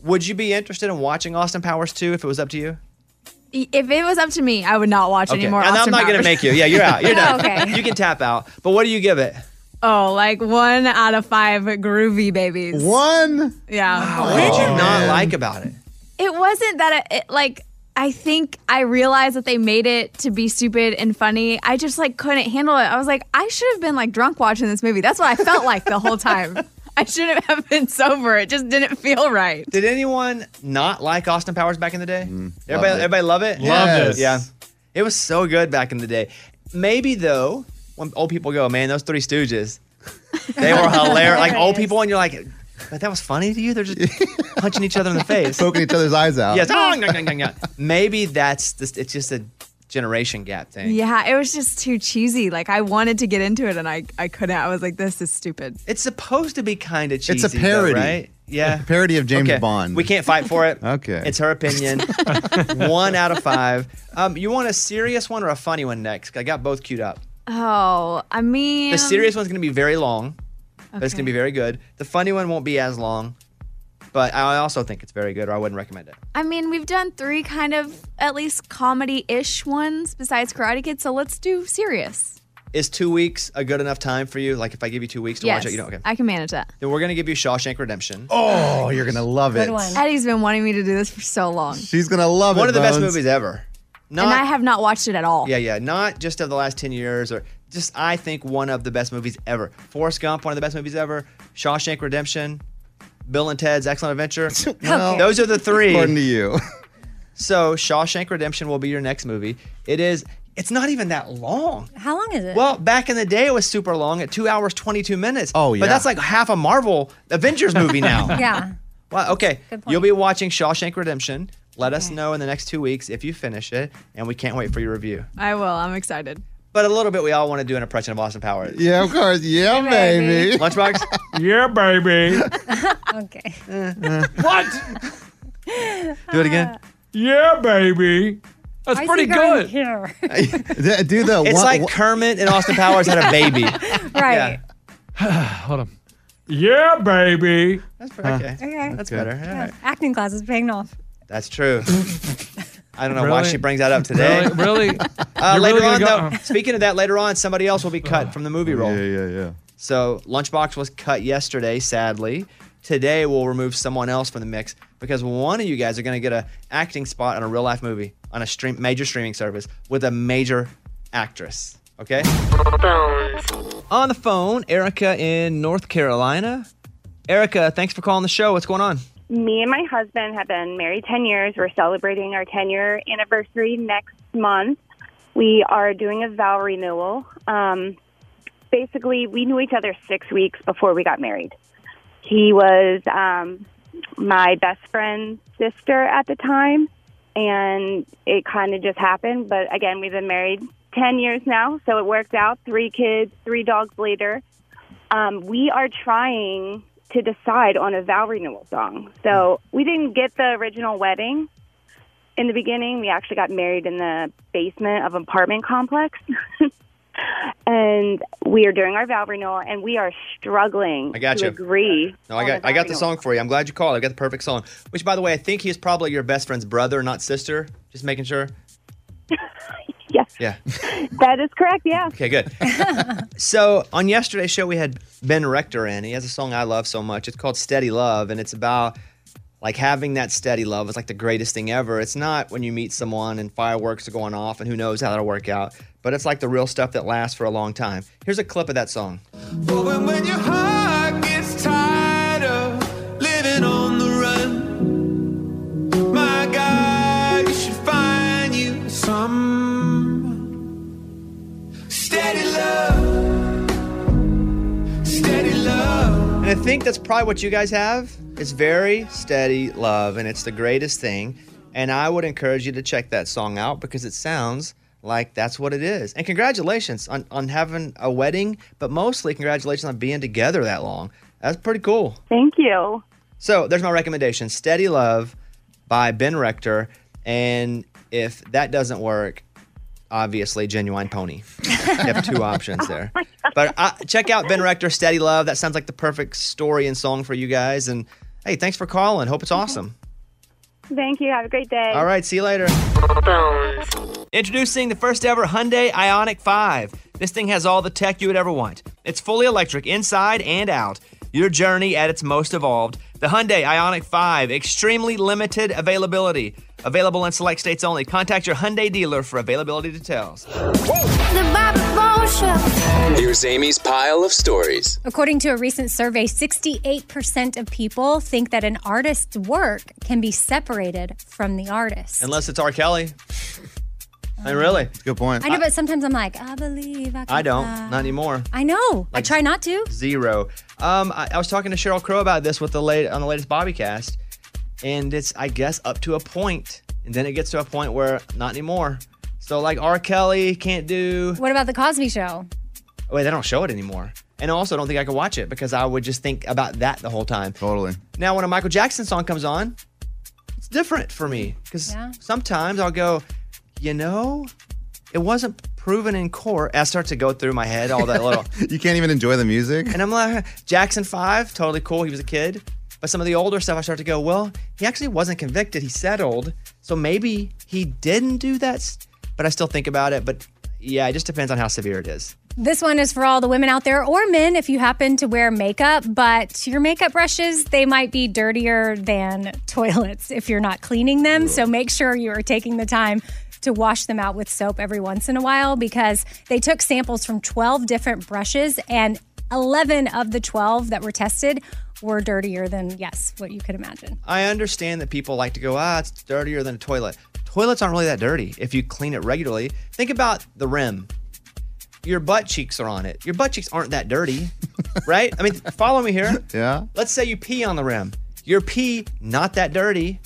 Would you be interested in watching Austin Powers 2 if it was up to you?
If it was up to me, I would not watch
Okay.
any more.
and I'm
Austin
not going to
Powers. Oh,
make you. Yeah, you're out. You're done.
okay.
You can tap out. But what do you give it?
Oh, like one out of five groovy babies.
One?
Yeah.
What did you not like about it?
It wasn't that it, it like I think I realized that they made it to be stupid and funny. I just like couldn't handle it. I was like, I should have been like drunk watching this movie. That's what I felt like the whole time.
I shouldn't have been sober. It just didn't feel right.
Did anyone not like Austin Powers back in the
Mm,
day? everybody,
loved it.
everybody love it.
Loved Yes. it.
Yeah, it was so good back in the day. Maybe though, when old people go, man, those Three Stooges, they were hilarious. like old people, and you're like, but that was funny to you. They're just punching each other in the face,
poking each other's eyes out.
Yes. Oh, nyah, nyah, nyah, nyah. Maybe that's this, it's just a generation gap thing.
Yeah, it was just too cheesy. Like I wanted to get into it and I, I couldn't. I was like, this is stupid.
It's supposed to be kind of
It's a
cheesy, though,
parody,
right? Yeah.
A parody of James
Okay.
Bond.
We can't fight for it.
Okay.
It's her opinion. one out of five. Um, you want a serious one or a funny one next? I got both queued up.
Oh, I mean,
The serious one's going to be very long, but it's going to be very good. The funny one won't be as long, but I also think it's very good, or I wouldn't recommend it.
I mean, we've done three kind of at least comedy-ish ones besides Karate Kid, so let's do serious.
Is two weeks a good enough time for you? Like, if I give you two weeks to
yes,
watch it, you know, okay.
I can manage that.
then we're going to give you Shawshank Redemption.
Oh, you're going to love it.
Eddie's been wanting me to do this for so long,
She's going to love
One
it.
of the best
Bones.
movies ever.
and
Not
I have not watched it at all.
Yeah, yeah. Not just of the last 10 years or just, I think, one of the best movies ever. Forrest Gump, one of the best movies ever. Shawshank Redemption, Bill and Ted's Excellent Adventure.
Well,
Those are the three.
According to you.
So Shawshank Redemption will be your next movie. It is, it's not even that long.
How long is it?
Well, back in the day, it was super long at two hours, 22 minutes. Oh,
yeah.
But that's like half a Marvel Avengers movie now.
yeah.
Well, okay. You'll be watching Shawshank Redemption. Let us know in the next two weeks if you finish it, and we can't wait for your review.
I will. I'm excited.
But a little bit, we all want to do an impression of Austin Powers.
Yeah, of course. Yeah, baby.
Lunchbox?
yeah, baby.
okay.
what?
Do it again.
Yeah, baby. That's
I
pretty
think I'm
good.
here.
Do the
It's
one-
like Kermit and Austin Powers had a baby.
right.
Hold on. Yeah, baby.
That's
pretty- okay. Okay.
That's better. All right.
Acting class is paying off.
That's true. I don't know why
Really?
she brings that up today.
Really? really?
Uh,
You're
later
really Uh,
on,
gonna
though, speaking of that, later on, somebody else will be cut from the movie role. Yeah,
Oh, yeah, yeah.
So Lunchbox was cut yesterday, sadly. Today, we'll remove someone else from the mix because one of you guys are going to get a acting spot on a real life movie on a stream major streaming service with a major actress. Okay? On the phone, Erica in North Carolina. Erica, thanks for calling the show. What's going on?
Me and my husband have been married 10 years. We're celebrating our 10 year anniversary next month. We are doing a vow renewal. Um, basically, we knew each other six weeks before we got married. He was um, my best friend's sister at the time, and it kind of just happened. But again, we've been married 10 years now, so it worked out. Three kids, three dogs later. Um, we are trying to decide on a vow renewal song. So we didn't get the original wedding in the beginning. We actually got married in the basement of an apartment complex. and we are doing our vow renewal, and we are struggling
I got
to
you.
agree.
No, I got I got the song for you. I'm glad you called. I got the perfect song. Which, by the way, I think he is probably your best friend's brother, not sister. Just making sure.
yes.
Yeah.
That is correct, yeah.
Okay, good. so on yesterday's show, we had Ben Rector in. He has a song I love so much. It's called Steady Love, and it's about like having that steady love is like the greatest thing ever. It's not when you meet someone and fireworks are going off and who knows how that'll work out, but it's like the real stuff that lasts for a long time. Here's a clip of that song.
But when your heart gets tired of living on the run, my God, you should find you some steady love, steady love.
And I think that's probably what you guys have. It's very steady love, and it's the greatest thing. And I would encourage you to check that song out because it sounds like that's what it is. And congratulations on, on having a wedding, but mostly congratulations on being together that long. That's pretty cool.
Thank you.
So there's my recommendation Steady Love by Ben Rector. And if that doesn't work, obviously Genuine Pony. you have two options there. But uh, check out Ben Rector, Steady Love. That sounds like the perfect story and song for you guys. And hey, thanks for calling. Hope it's awesome.
Thank you. Have a great day.
All right, see you later. Introducing the first ever Hyundai Ionic 5. This thing has all the tech you would ever want. It's fully electric inside and out. Your journey at its most evolved. The Hyundai Ionic 5, extremely limited availability. Available in select states only. Contact your Hyundai dealer for availability details.
The Bible
Here's Amy's pile of stories.
According to a recent survey, 68% of people think that an artist's work can be separated from the artist.
Unless it's R. Kelly. I mean, really?
Good point.
I know, but sometimes I'm like, I believe I can.
I don't.
fly."
Not anymore.
I know. I
Like-
try not to.
Zero. Um, I, I was talking to Cheryl Crow about this with the late on the latest Bobbycast, and it's I guess up to a point, and then it gets to a point where not anymore. So like R. Kelly can't do.
What about the Cosby Show?
Wait, they don't show it anymore. And I also don't think I could watch it because I would just think about that the whole time.
Totally.
Now, when a Michael Jackson song comes on, it's different for me because
Yeah.
sometimes I'll go, you know, it wasn't proven in court. I start to go through my head all that little.
you can't even enjoy the music.
And I'm like, Jackson 5, totally cool. He was a kid. But some of the older stuff, I start to go, well, he actually wasn't convicted. He settled. So maybe he didn't do that. s- But I still think about it. But yeah, it just depends on how severe it is.
This one is for all the women out there or men if you happen to wear makeup, but your makeup brushes, they might be dirtier than toilets if you're not cleaning them. So make sure you are taking the time to wash them out with soap every once in a while because they took samples from 12 different brushes and 11 of the 12 that were tested were dirtier than, yes, what you could imagine.
I understand that people like to go, ah, it's dirtier than a toilet. Toilets aren't really that dirty if you clean it regularly. Think about the rim. Your butt cheeks are on it. Your butt cheeks aren't that dirty, right? I mean, follow me here.
Yeah.
Let's say you pee on the rim. Your pee, not that dirty.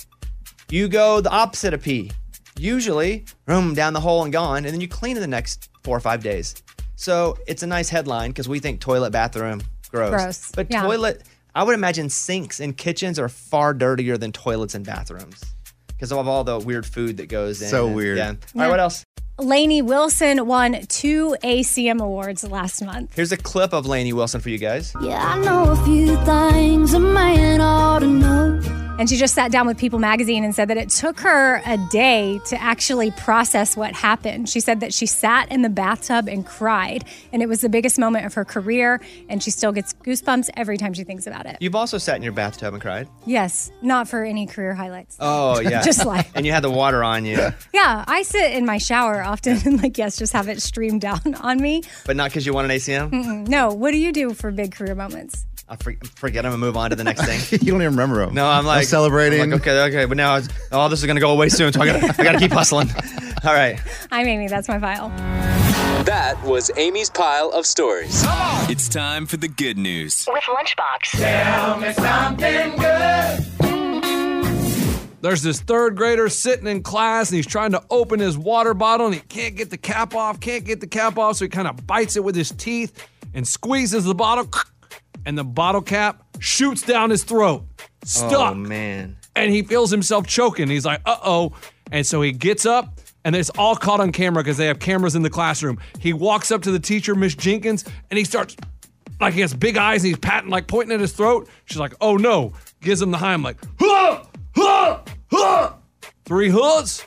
You go the opposite of pee. Usually, room down the hole and gone, and then you clean in the next four or five days. So it's a nice headline because we think toilet, bathroom, gross.
Gross,
But
yeah.
toilet, I would imagine sinks and kitchens are far dirtier than toilets and bathrooms because of all the weird food that goes in.
So
and-
weird.
Yeah. All right, what else?
Lainey Wilson won two ACM awards last month.
Here's a clip of Lainey Wilson for you guys.
I know a few things a man ought to know. And she just sat down with People magazine and said that it took her a day to actually process what happened. She said that she sat in the bathtub and cried, and it was the biggest moment of her career, and she still gets goosebumps every time she thinks about it.
You've also sat in your bathtub and cried.
Yes, not for any career highlights.
Oh, yeah.
Just like-
And you had the water on you,
Yeah, I sit in my shower often and, like, yes, just have it stream down on me.
but not because you won an ACM.
Mm-mm. No, what do you do for big career moments?
I for- forget them and move on to the next thing.
you don't even remember them.
No, I'm like
celebrating.
I'm like, okay, okay, but now it's, all this is gonna go away soon, so I gotta, I gotta keep hustling. All right,
I'm Amy, that's my file.
That was Amy's pile of stories. It's time for the good news.
With Lunchbox.
Tell me something good.
There's this third grader sitting in class and he's trying to open his water bottle and he can't get the cap off, can't get the cap off, so he kind of bites it with his teeth and squeezes the bottle, and the bottle cap shoots down his throat. Stuck.
Oh man.
And he feels himself choking. He's like, uh oh. And so he gets up, and it's all caught on camera because they have cameras in the classroom. He walks up to the teacher, Miss Jenkins, and he starts, like, he has big eyes and he's patting, like, pointing at his throat. She's like, oh no. Gives him the high. I'm like, huh, huh, huh. Three hoods.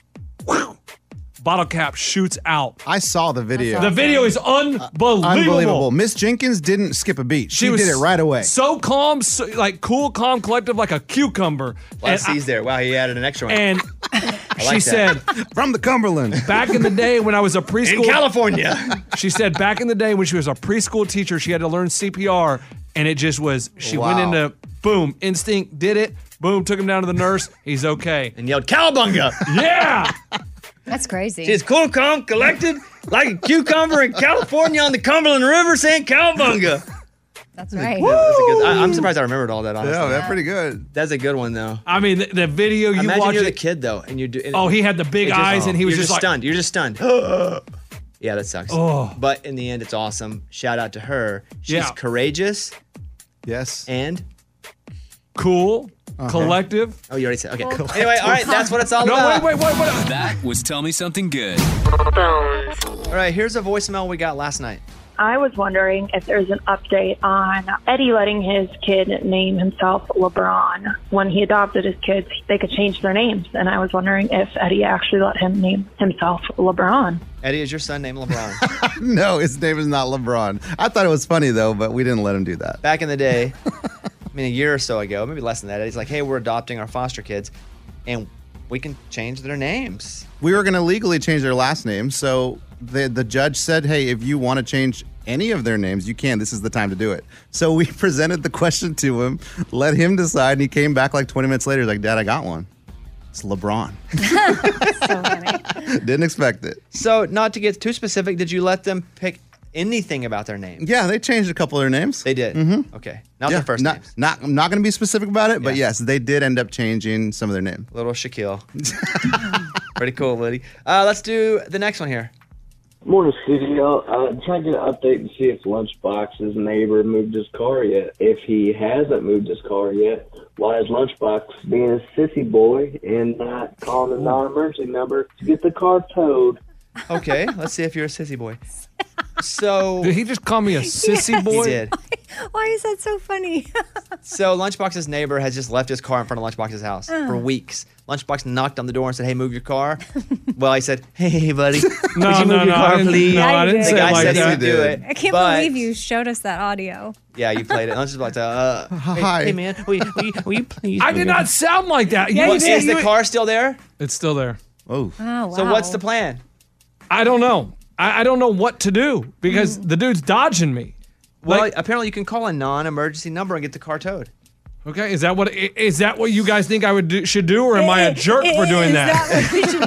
Bottle cap shoots out.
I saw the video.
The video is unbelievable.
Unbelievable. Miss Jenkins didn't skip a beat. She, did it right away.
So calm, so, like cool, calm, collective, like a cucumber.
Well, C's there. Wow, he added an extra one.
And
I
she
like
said,
that.
"From the Cumberland."
Back in the day when I was a preschool
California.
she said back in the day when she was a preschool teacher, she had to learn CPR, and it just was she went
Wow.
into boom instinct, did it, boom took him down to the nurse, he's okay,
and yelled cowbunga.
yeah,
That's crazy.
She's cool, calm, collected, like a cucumber in California on the Cumberland River saying cowbunga.
That's right.
That's a good, I, am surprised I remembered all that. Honestly,
Yeah, that's pretty good.
That's a good one though.
I mean the, the video you
Imagine
watch
you're
it-
the kid though, and you do. and
Oh, he had the big
it just-
eyes, and he was
you're
just like-
stunned. You're just stunned. yeah, that sucks.
Oh.
But in the end, it's awesome. Shout out to her. She's
Yeah.
courageous.
Yes.
And
cool,
Uh-huh.
collective.
Oh, you already said okay. Cool. Anyway, all right, that's what it's all
No,
about.
wait, wait, wait, wait.
That was Tell Me Something Good.
All right, here's a voicemail we got last night.
I was wondering if there's an update on Eddie letting his kid name himself LeBron. When he adopted his kids, they could change their names. And I was wondering if Eddie actually let him name himself LeBron.
Eddie, is your son named LeBron?
no, his name is not LeBron. I thought it was funny though, but we didn't let him do that.
Back in the day, I mean, a year or so ago, maybe less than that, Eddie's like, hey, we're adopting our foster kids, and we can change their names.
We were going to legally change their last name, so the the judge said, "Hey, if you want to change any of their names, you can. This is the time to do it." So we presented the question to him, let him decide, and he came back like 20 minutes later. He's like, "Dad, I got one. It's LeBron." Didn't expect it.
So, not to get too specific, did you let them pick anything about their name?
Yeah, they changed a couple of their names. They
did.
Mm-hmm.
Okay. Not their first
not,
names.
Not, I'm not going to be specific about it, but yes, they did end up changing some of their names.
Little Shaquille. Pretty cool, Liddy. Uh, let's do the next one here.
Morning, studio. Uh, trying to get an update to see if Lunchbox's neighbor moved his car yet. If he hasn't moved his car yet, why is Lunchbox being a sissy boy and not calling the non-emergency number to get the car towed?
Okay, let's see if you're a sissy boy. So
did he just call me a
sissy Yes. boy?
He did.
Why is that so funny?
So Lunchbox's neighbor has just left his car in front of Lunchbox's house
Ugh.
for weeks. Lunchbox knocked on the door and said, "Hey, move your car." well, I said, "Hey, buddy,
No,
would you move
no,
your
no, I
car,
didn't-
please?"
no, I didn't
the
say it
guy
like
said
that.
he'd do it.
I can't
but-
believe you showed us that audio.
Yeah, you played it. Lunchbox, like, uh, hey,
Hi.
hey, man, will you, will you, will you please?
I
move
did
your-
not sound like that.
Yeah, you did. Is the car still there?
It's still there.
Oh.
Oh,
So what's the plan?
I don't know. I, I don't know what to do because the dude's dodging me.
Well, apparently you can call a non-emergency number and get the car towed.
Okay, is that what i- is that what you guys think I would do, should do, or am I a jerk for doing that?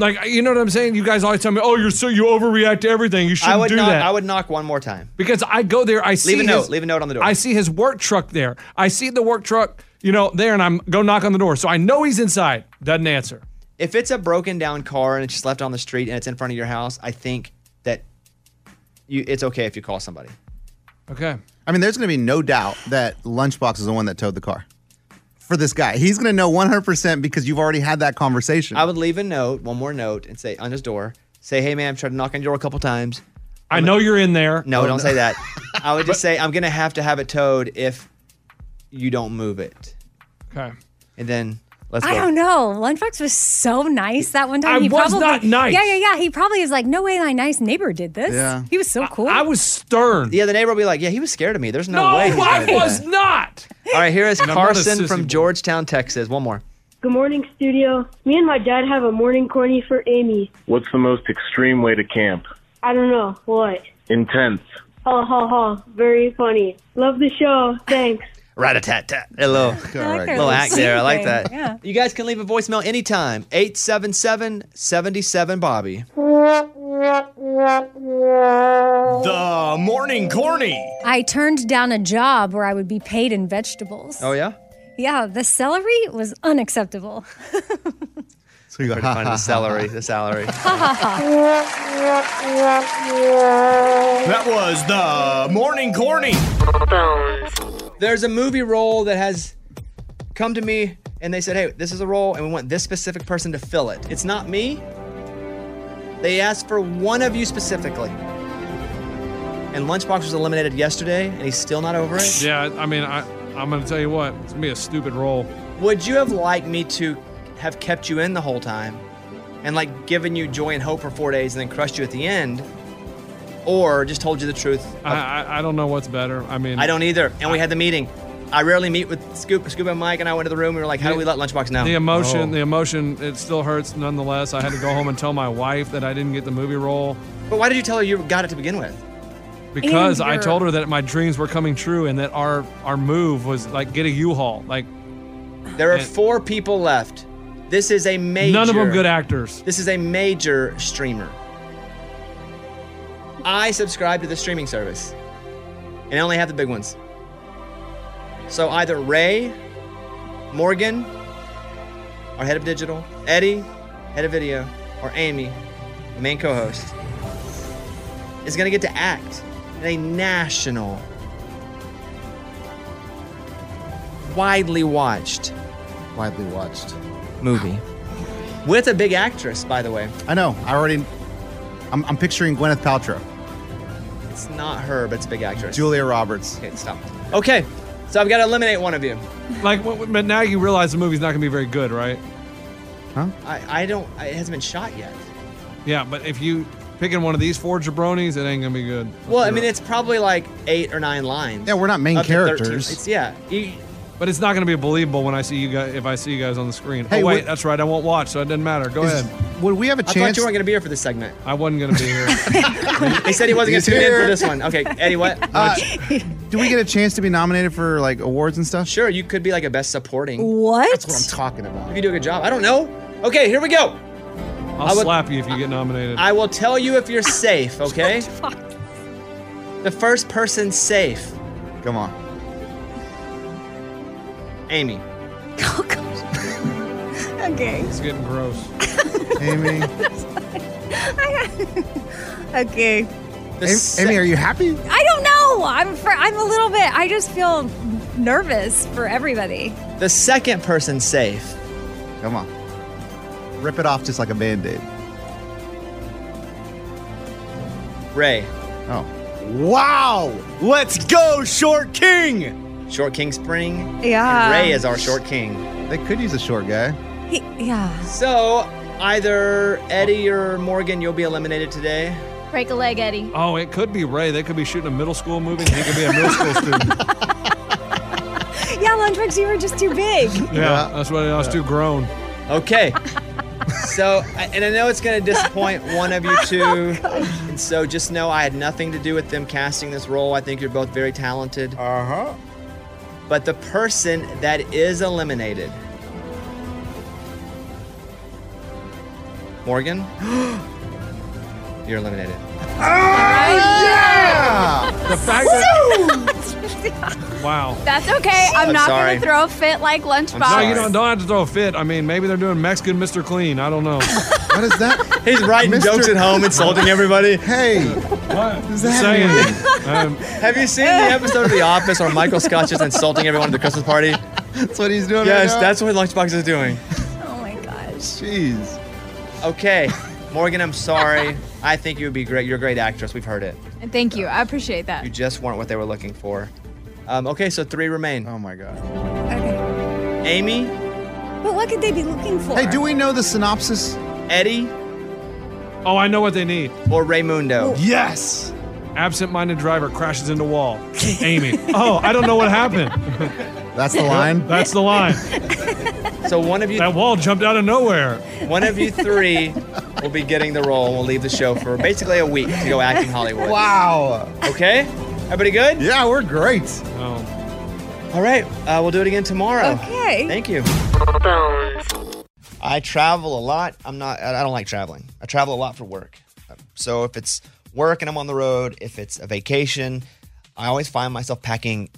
like, you know what I'm saying? You guys always tell me, "Oh, you're so you overreact to everything. You shouldn't
I would
do
knock,
that."
I would knock one more time.
Because I go there, I see
leave a
his,
note. Leave a note on the door.
I see his work truck there. I see the work truck, you know, there, and I'm go knock on the door. So I know he's inside. Doesn't answer.
if it's a broken down car and it's just left on the street and it's in front of your house, I think that you it's okay if you call somebody.
Okay.
I mean, there's going to be no doubt that Lunchbox is the one that towed the car for this guy. He's going to know 100% because you've already had that conversation.
I would leave a note, one more note, and say on his door, say, "Hey, man, I've tried to knock on your door a couple times.
I know you're in there.
No, don't say that. I would just say I'm gonna have to have it towed if you don't move it,
Okay.
and then let's
I
go.
don't know. Lunchbox was so nice that one time.
I
he
was
probably,
not nice.
Yeah, yeah, yeah. He probably is like, no way, my nice neighbor did this.
Yeah.
He was so cool.
I was stern.
Yeah, the neighbor will be like, "Yeah, he was scared of me. There's no,
No,
way." he's
I
gonna do
was
that."
not.
All right, here is
And I'm not a
Carson
sissy
from
boy.
Georgetown, Texas. One more.
Good morning, studio. Me and my dad have a morning corny for Amy.
What's the most extreme way to camp?
I don't know what.
Intense.
Ha ha ha. Very funny. Love the show. Thanks.
Rat a tat tat. Hello.
their
little
little
act there. I like
singing.
that.
Yeah.
You guys can leave a voicemail anytime. 877 77 Bobby.
The
morning corny.
I turned down a job where I would be paid in vegetables.
Oh, yeah?
Yeah, the celery was unacceptable.
So you
got to find the salary. The salary.
Ha ha ha.
That was the morning corny.
There's a movie role that has come to me and they said, hey, this is a role and we want this specific person to fill it. It's not me. They asked for one of you specifically. And Lunchbox was eliminated yesterday and he's still not over it.
Yeah, I mean, I I'm gonna tell you what, it's gonna be a stupid roll.
Would you have liked me to have kept you in the whole time and like given you joy and hope for four days and then crushed you at the end? Or just told you the truth?
I, I I don't know what's better. I mean,
I don't either. And we had the meeting. I rarely meet with Scoop. Scoop and Mike and I went to the room. We were like, how do we let Lunchbox know?
The emotion,
Oh.
the emotion, it still hurts nonetheless. I had to go home and tell my wife that I didn't get the movie role
But why did you tell her you got it to begin with?
Oh. because
And
I
your-
told her that my dreams were coming true and that our our move was like get a U-Haul. Like
There are
And-
four people left. This is a major.
none of them good actors.
This is a major streamer. I subscribe to the streaming service, and I only have the big ones. So either Ray, Morgan, our head of digital, Eddie, head of video, or Amy, the main co-host, is going to get to act in a national, widely watched,
widely watched
movie with a big actress, by the way.
I know. I already. I'm, I'm picturing Gwyneth Paltrow,
It's not her, but it's a big actress.
Julia Roberts.
Okay, stop. Okay, so I've got to eliminate one of you.
Like, w- w- but now you realize the movie's not gonna be very good, right?
I, I don't. I, it hasn't been shot yet.
Yeah, but if you picking one of these four jabronis, it ain't gonna be good.
Well, I mean, it's probably like eight or nine lines.
Yeah, we're not main
Up to 13.
characters.
It's yeah. You,
E, But it's not going to be believable when I see you guys if I see you guys on the screen.
Hey,
oh wait,
would-
that's right. I won't watch, so it doesn't matter. Go
Is-
ahead.
Would we have a chance?
going to be here for this segment.
I wasn't going to be here.
he said he wasn't going
He's
to tune in
here. Uh,
for this one. Okay, Eddie, what?
Do we get a chance to be nominated for like awards and stuff?
Uh, Sure, you could be like a best supporting.
What? That's what I'm talking about.
If you do a good job, I don't know. Okay, here we go.
I'll
I would-
slap you if you get nominated.
I will tell you if you're safe, okay? the first person safe.
Come on.
Amy.
Okay.
It's getting gross.
Amy.
okay.
Amy, Amy, are you happy?
I don't know. I'm fr- I'm a little bit. I just feel nervous for everybody.
The second person safe.
Come on. Rip it off just like a band aid.
Ray.
Oh.
Wow! Let's go, Short King! Short King Spring.
Yeah.
And Ray is our Short King.
They could use a short guy.
He- yeah.
So, either Eddie or Morgan, you'll be eliminated today.
Break a leg, Eddie.
Oh, it could be Ray. They could be shooting a middle school movie. and He could be a middle school student.
Yeah, lunchbox, you were just too big.
Yeah, that's what I was too grown.
Okay. so, I- and I know it's going to disappoint one of you two. and so just know I had nothing to do with them casting this role. I think you're both very talented. Uh huh. But the person that is eliminated, Morgan, you're eliminated.
The fact that wow.
That's okay. I'm,
I'm
not
sorry.
gonna throw a fit like
No, you
lunchbox.
don't, don't have to throw a fit. I mean, maybe they're doing Mexican Mr. Clean. I don't know.
what is that?
He's writing jokes at home, insulting everybody.
Hey,
what
is
that
saying?
Uh,
Um,
Have you seen the episode of The Office where Michael Scott just insulting everyone at the Christmas party?
That's what he's doing. right
Yes,
now?
that's what Lunchbox is doing.
Oh my gosh.
Jeez.
Okay, Morgan, I'm sorry. I think you would be great. You're a great actress. We've heard it.
Thank you. I appreciate that.
You just weren't what they were looking for. Um, okay, so three remain. Oh
my god.
Okay. Amy,
But what could they be looking for?
Hey, do we know the synopsis?
Eddie.
Oh, I know what they need.
Or Raymundo.
Yes. Absent-minded driver crashes into wall. Amy. Oh, I don't know what happened.
That's the line?
That's the line.
So one of you.
That wall jumped out of nowhere.
one of you three will be getting the role. and We'll leave the show for basically a week to go act in Hollywood.
Wow.
Okay, everybody good?
Yeah, we're great.
All right, uh, we'll do it again tomorrow.
Okay.
Thank you. I travel a lot. I'm not. I I don't like traveling. I travel a lot for work. So if it's work and I'm on the road, if it's a vacation, I always find myself packing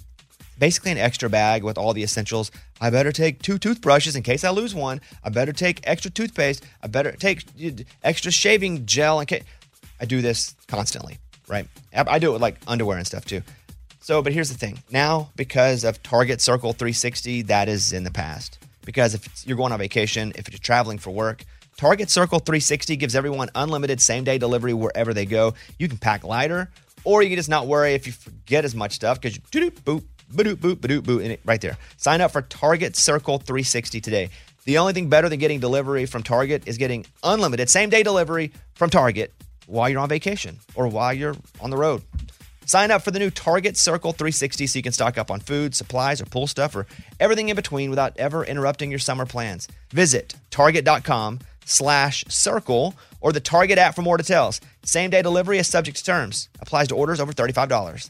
basically an extra bag with all the essentials. I better take two toothbrushes in case I lose one. I better take extra toothpaste. I better take uh, extra shaving gel in case. I do this constantly, right? I I do it with like underwear and stuff too. So, but here's the thing. Now, because of Target Circle 360, that is in the past. Because if it's- you're going on vacation, if you're traveling for work, Target Circle 360 gives everyone unlimited same day delivery wherever they go. You can pack lighter, or you can just not worry if you forget as much stuff because you doop boop, badoop boop, badoop boop, and it right there. Sign up for Target Circle 360 today. The only thing better than getting delivery from Target is getting unlimited same day delivery from Target while you're on vacation or while you're on the road. Sign up for the new Target Circle 360 so you can stock up on food, supplies, or pool stuff, or everything in between without ever interrupting your summer plans. Visit target.com slash circle or the Target app for more details. Same day delivery is subject to terms. Applies to orders over $35.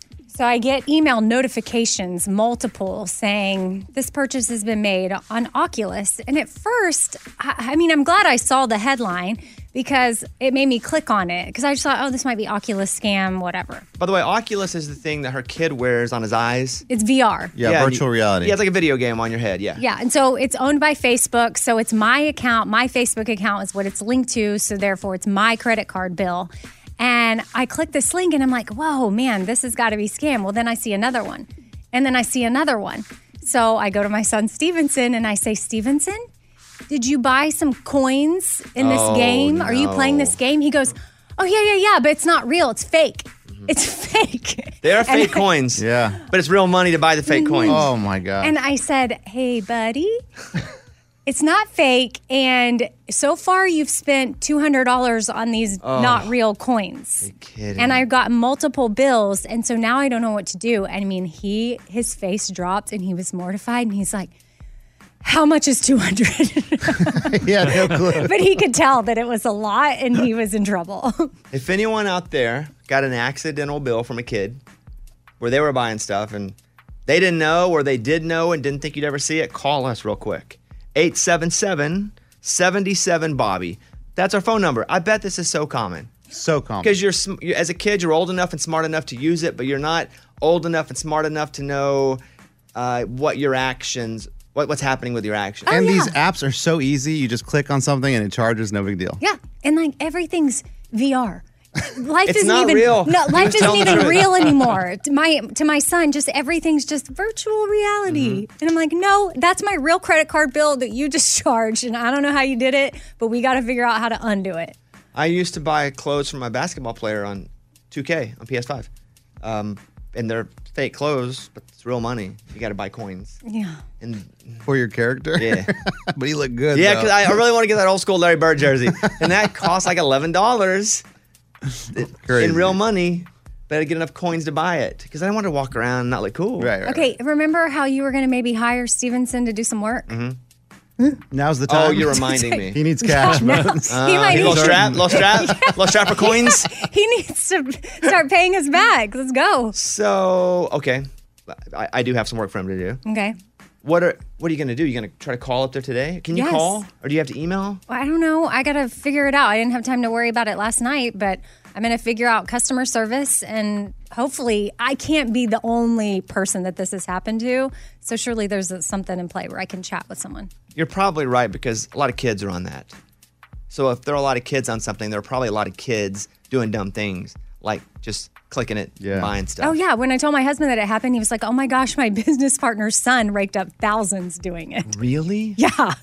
So I get email notifications, multiple, saying this purchase has been made on Oculus. And at first, I, I mean, I'm glad I saw the headline because it made me click on it because I just thought, oh, this might be Oculus scam, whatever.
By the way, Oculus is the thing that her kid wears on his eyes.
It's VR.
Yeah, virtual
and you-
reality.
Yeah, it's like a video game on your head. Yeah.
Yeah. And so it's owned by Facebook. So it's my account. My Facebook account is what it's linked to. So therefore, it's my credit card bill. And I click this link and I'm like, whoa, man, this has got to be scam. Well, then I see another one. And then I see another one. So I go to my son Stevenson and I say, Stevenson, did you buy some coins in this
Oh,
game? Are you playing
no.
this game? He goes, oh, yeah, yeah, yeah, but it's not real. It's fake.
Mm-hmm.
It's fake.
They are fake coins. Yeah. But it's real money to buy the fake coins.
Oh,
my God.
And I said, Hey, buddy, it's not fake. And so far, you've spent $200 on these
Oh,
not real coins.
kidding.
And I got multiple bills. And so now I don't know what to do. And I mean, he, his face dropped and he was mortified. And he's like, how much is 200?
yeah, no clue.
but he could tell that it was a lot and he was in trouble.
If anyone out there got an accidental bill from a kid where they were buying stuff and they didn't know or they did know and didn't think you'd ever see it, call us real quick. 877 77 Bobby. That's our phone number. I bet this is so common.
So common.
Because you're, sm- you as a kid, you're old enough and smart enough to use it, but you're not old enough and smart enough to know uh, what your actions, what, what's happening with your actions.
and these apps are so easy. You just click on something and it charges, no big deal.
Yeah, and like everything's VR. Life
It's
isn't
not
even
real.
no.
You're
Life isn't
telling the
even
truth.
real anymore. To my to my son, just everything's just virtual reality,
Mm-hmm.
and I'm like, no, that's my real credit card bill that you just charged, and I don't know how you did it, but we got to figure out how to undo it.
I used to buy clothes from my basketball player on 2K on PS5. Um, and they're fake clothes, but it's real money. You got to buy coins.
Yeah.
And
For your character.
Yeah.
but he looked good.
yeah,
though.
because I, I really want to get that old school Larry Bird jersey. and that costs like $11 in real money, but I get enough coins to buy it because I don't want to walk around and not look cool. Right,
Okay, remember how you were going to maybe hire Stevenson to do some work?
Mm-hmm.
Now's the
Oh,
time.
you're reminding me. Ah,
he needs cash.
No.
man.
He might
little
need-
strap, little strap, little strap for coins.
He needs to start paying us back. Let's go.
So, okay. I, I do have some work for him to do.
Okay.
What are what are you gonna do? You gonna try to call up there today? Can you
Yes.
call or do you have to email?
Well, I don't know. I got to figure it out. I didn't have time to worry about it last night, but I'm going to figure out customer service and hopefully I can't be the only person that this has happened to. So surely there's a, something in play where I can chat with someone.
You're probably right because a lot of kids are on that. So if there are a lot of kids on something, there are probably a lot of kids doing dumb things like just clicking it, buying stuff.
Oh, yeah. When I told my husband that it happened, he was like, oh my gosh, my business partner's son raked up thousands doing
Mm.
it.
Really?
Yeah.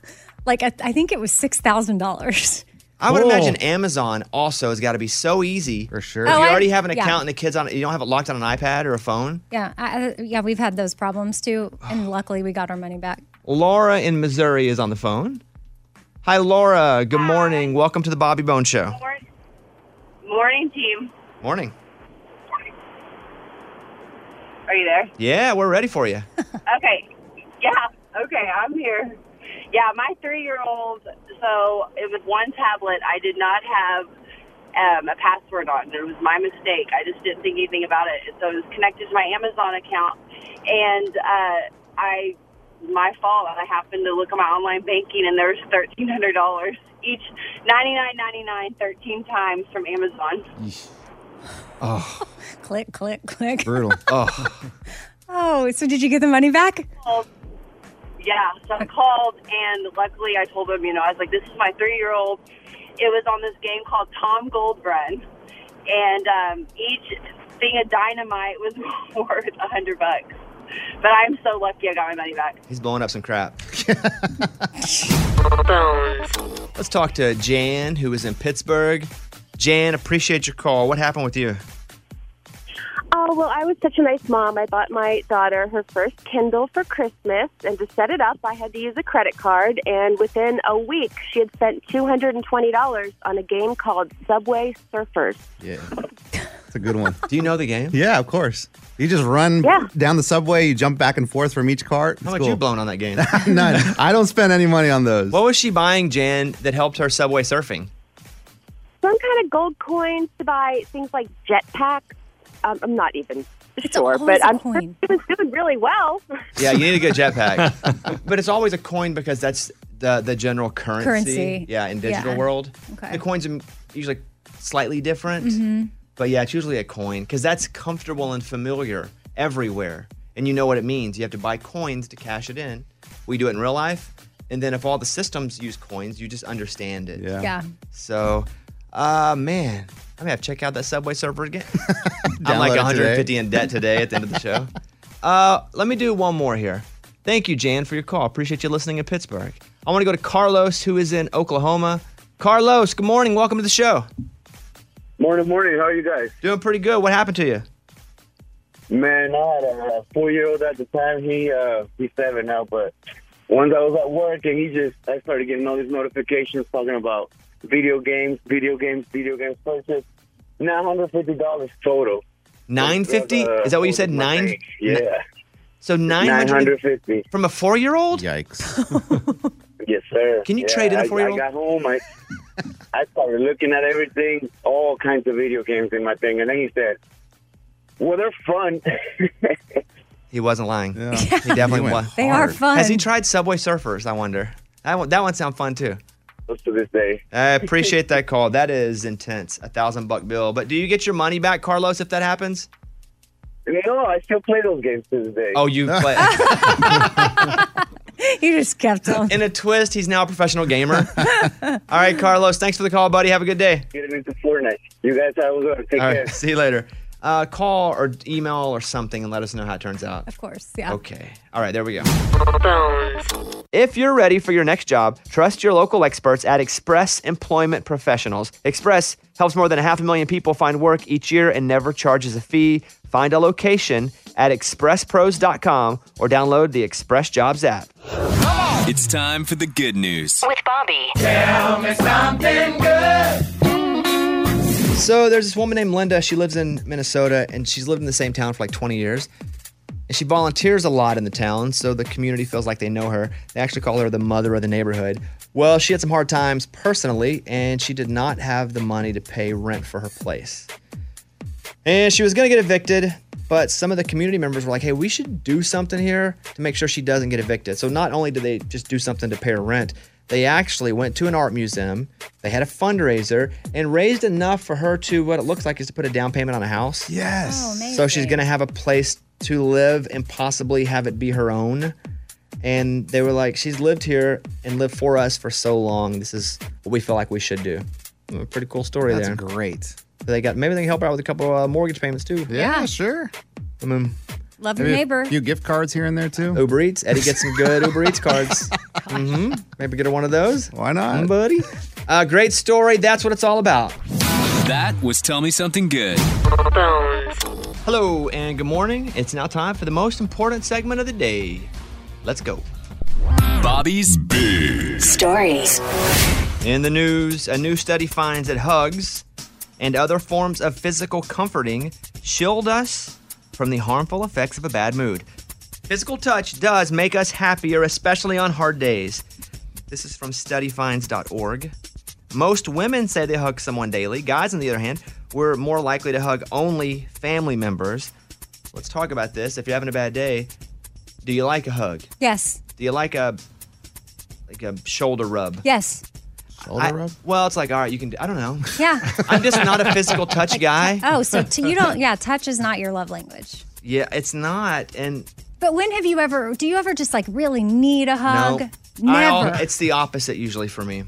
Like, I, I think it was $6,000.
I would imagine Amazon also has got to be so easy. For sure. If
Oh,
you
I-
already have an
yeah.
account and the kids on it, you don't have it locked on an iPad or a phone.
Yeah. I, I- yeah. We've had those problems too. And luckily we got our money back.
Laura in Missouri is on the phone. Hi, Laura. Good morning. Welcome to the Bobby Bone Show.
Morning, team.
Morning.
Are you there?
Yeah, we're ready for you.
okay. Yeah. Okay. I'm here. Yeah, my three year old, so it was one tablet I did not have um, a password on. It was my mistake. I just didn't think anything about it. So it was connected to my Amazon account. And uh, I, my fault, I happened to look at my online banking and there was $1,300 each, ninety nine, ninety nine, thirteen times from Amazon.
Oh,
Click, click, click.
brutal. oh,
Oh, so did you get the money back?
called. Yeah, so I called, and luckily I told him, you know, I was like, this is my three year old. It was on this game called Tom Gold Run, and um, each thing of dynamite was worth a hundred bucks. But I'm so lucky I got my money back.
He's blowing up some crap. Let's talk to Jan, who is in Pittsburgh. Jan, appreciate your call. What happened with you?
Oh, well, I was such a nice mom. I bought my daughter her first Kindle for Christmas, and to set it up, I had to use a credit card. And within a week, she had spent $220 on a game called Subway Surfers.
yeah. It's a good one.
Do you know the game?
Yeah, of course. You just run down the subway, you jump back and forth from each cart.
How much you blown on that game?
None. I don't spend any money on those.
What was she buying, Jan, that helped her subway surfing?
Some kind of gold coins to buy things like jetpacks. Um, I'm not even sure,
always
but
a
I'm sure she was doing really well.
Yeah, you need a good jetpack. but it's always a coin because that's the, the general currency.
Currency.
Yeah, in digital
Yeah.
world.
Okay.
The coins are usually slightly different.
Mm-hmm.
But yeah, it's usually a coin because that's comfortable and familiar everywhere. And you know what it means. You have to buy coins to cash it in. We do it in real life. And then if all the systems use coins, you just understand it.
Yeah.
So, uh, man, I'm going to have to check out that Subway server again. I'm like
Download
150
it today.
in debt today at the end of the show. Uh, let me do one more here. Thank you, Jan, for your call. Appreciate you listening in Pittsburgh. I want to go to Carlos, who is in Oklahoma. Carlos, good morning. Welcome to the show.
Morning, morning. How are you guys?
Doing pretty good. What happened to you?
Man, I had a four year old at the time. He uh he's seven now, but once I was at work and he just I started getting all these notifications talking about video games, video games, video games purchased. Nine hundred fifty dollars total.
950?
Uh,
Is that what you said? Nine?
Yeah.
So 900
950.
From a four year old?
Yikes.
Yes, sir.
Can you
Yeah,
trade in a
I-
four-year-old?
I got home. I, I started looking at everything, all kinds of video games in my thing, and then he said, "Well, they're fun."
He wasn't lying. He definitely
He went
was.
They are hard. fun.
Has he tried Subway Surfers? I wonder. That one, that one sounds fun too.
Most to this day.
I appreciate that call. That is intense. A thousand buck bill. But do you get your money back, Carlos, if that happens?
No, I still play those games to this day.
Oh, you play.
you just kept him.
In a twist, he's now a professional gamer. All right, Carlos. Thanks for the call, buddy. Have a good day.
Getting into Fortnite. You guys have a good. Take
All
care.
right. See you later. Uh, call or email or something and let us know how it turns out.
Of course. Yeah.
Okay. All right, there we go. If you're ready for your next job, trust your local experts at Express Employment Professionals. Express helps more than a half a million people find work each year and never charges a fee. Find a location at expresspros.com or download the Express Jobs app.
It's time for the good news.
With Bobby. Tell me something good.
So there's this woman named Linda. She lives in Minnesota and she's lived in the same town for like 20 years. And she volunteers a lot in the town, so the community feels like they know her. They actually call her the mother of the neighborhood. Well, she had some hard times personally, and she did not have the money to pay rent for her place. And she was going to get evicted, But some of the community members were like, hey, we should do something here to make sure she doesn't get evicted. So not only did they just do something to pay her rent, they actually went to an art museum, they had a fundraiser, and raised enough for her to what it looks like is to put a down payment on a house.
Yes.
so she's going to have a place to live and possibly have it be her own. And they were like, she's lived here and lived for us for so long. This is what we feel like we should do. A pretty cool story
That's
there.
great.
they got maybe they can help her out with a couple uh, mortgage payments too.
Yeah, sure.
I mean,
Love your neighbor.
few gift cards here and there too.
Uber Eats. Eddie gets some good Uber Eats cards. hmm Maybe get her one of those.
Why not,
buddy? Uh, great story. That's what it's all about.
That was Tell Me Something Good.
Hello and good morning. It's now time for the most important segment of the day. Let's go.
Bobby's Big
Stories. In the news, a new study finds that hugs and other forms of physical comforting shield us from the harmful effects of a bad mood. Physical touch does make us happier, especially on hard days. This is from studyfinds.org. Most women say they hug someone daily. Guys, on the other hand, we're more likely to hug only family members. Let's talk about this. If you're having a bad day, do you like a hug?
Yes.
Do you like a like a shoulder rub?
Yes.
Shoulder rub? Well, it's like all right, you can. do- I don't know.
Yeah.
I'm just not a physical touch guy.
Oh, so t- you don't. Yeah, touch is not your love language.
Yeah, it's not. And
But when have you ever? Do you ever just like really need a hug?
no, I al-
Never.
it's the opposite usually for me,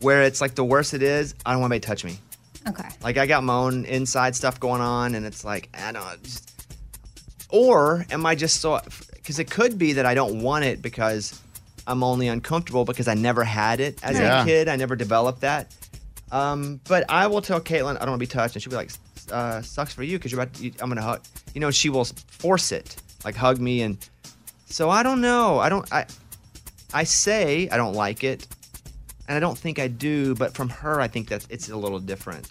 where it's like the worse it is, I don't want anybody to touch me.
okay.
Like I got my own inside stuff going on, and it's like I don't. Just, or am I just so? Because it could be that I don't want it because I'm only uncomfortable because I never had it as
Yeah.
a kid. I never developed that. Um, but I will tell Caitlin I don't want to be touched, and she'll be like, uh, "Sucks for you because you're about to, you, I'm gonna hug." You know, she will force it, like hug me, and so I don't know. I don't. I I say I don't like it, and I don't think I do. But from her, I think that it's a little different.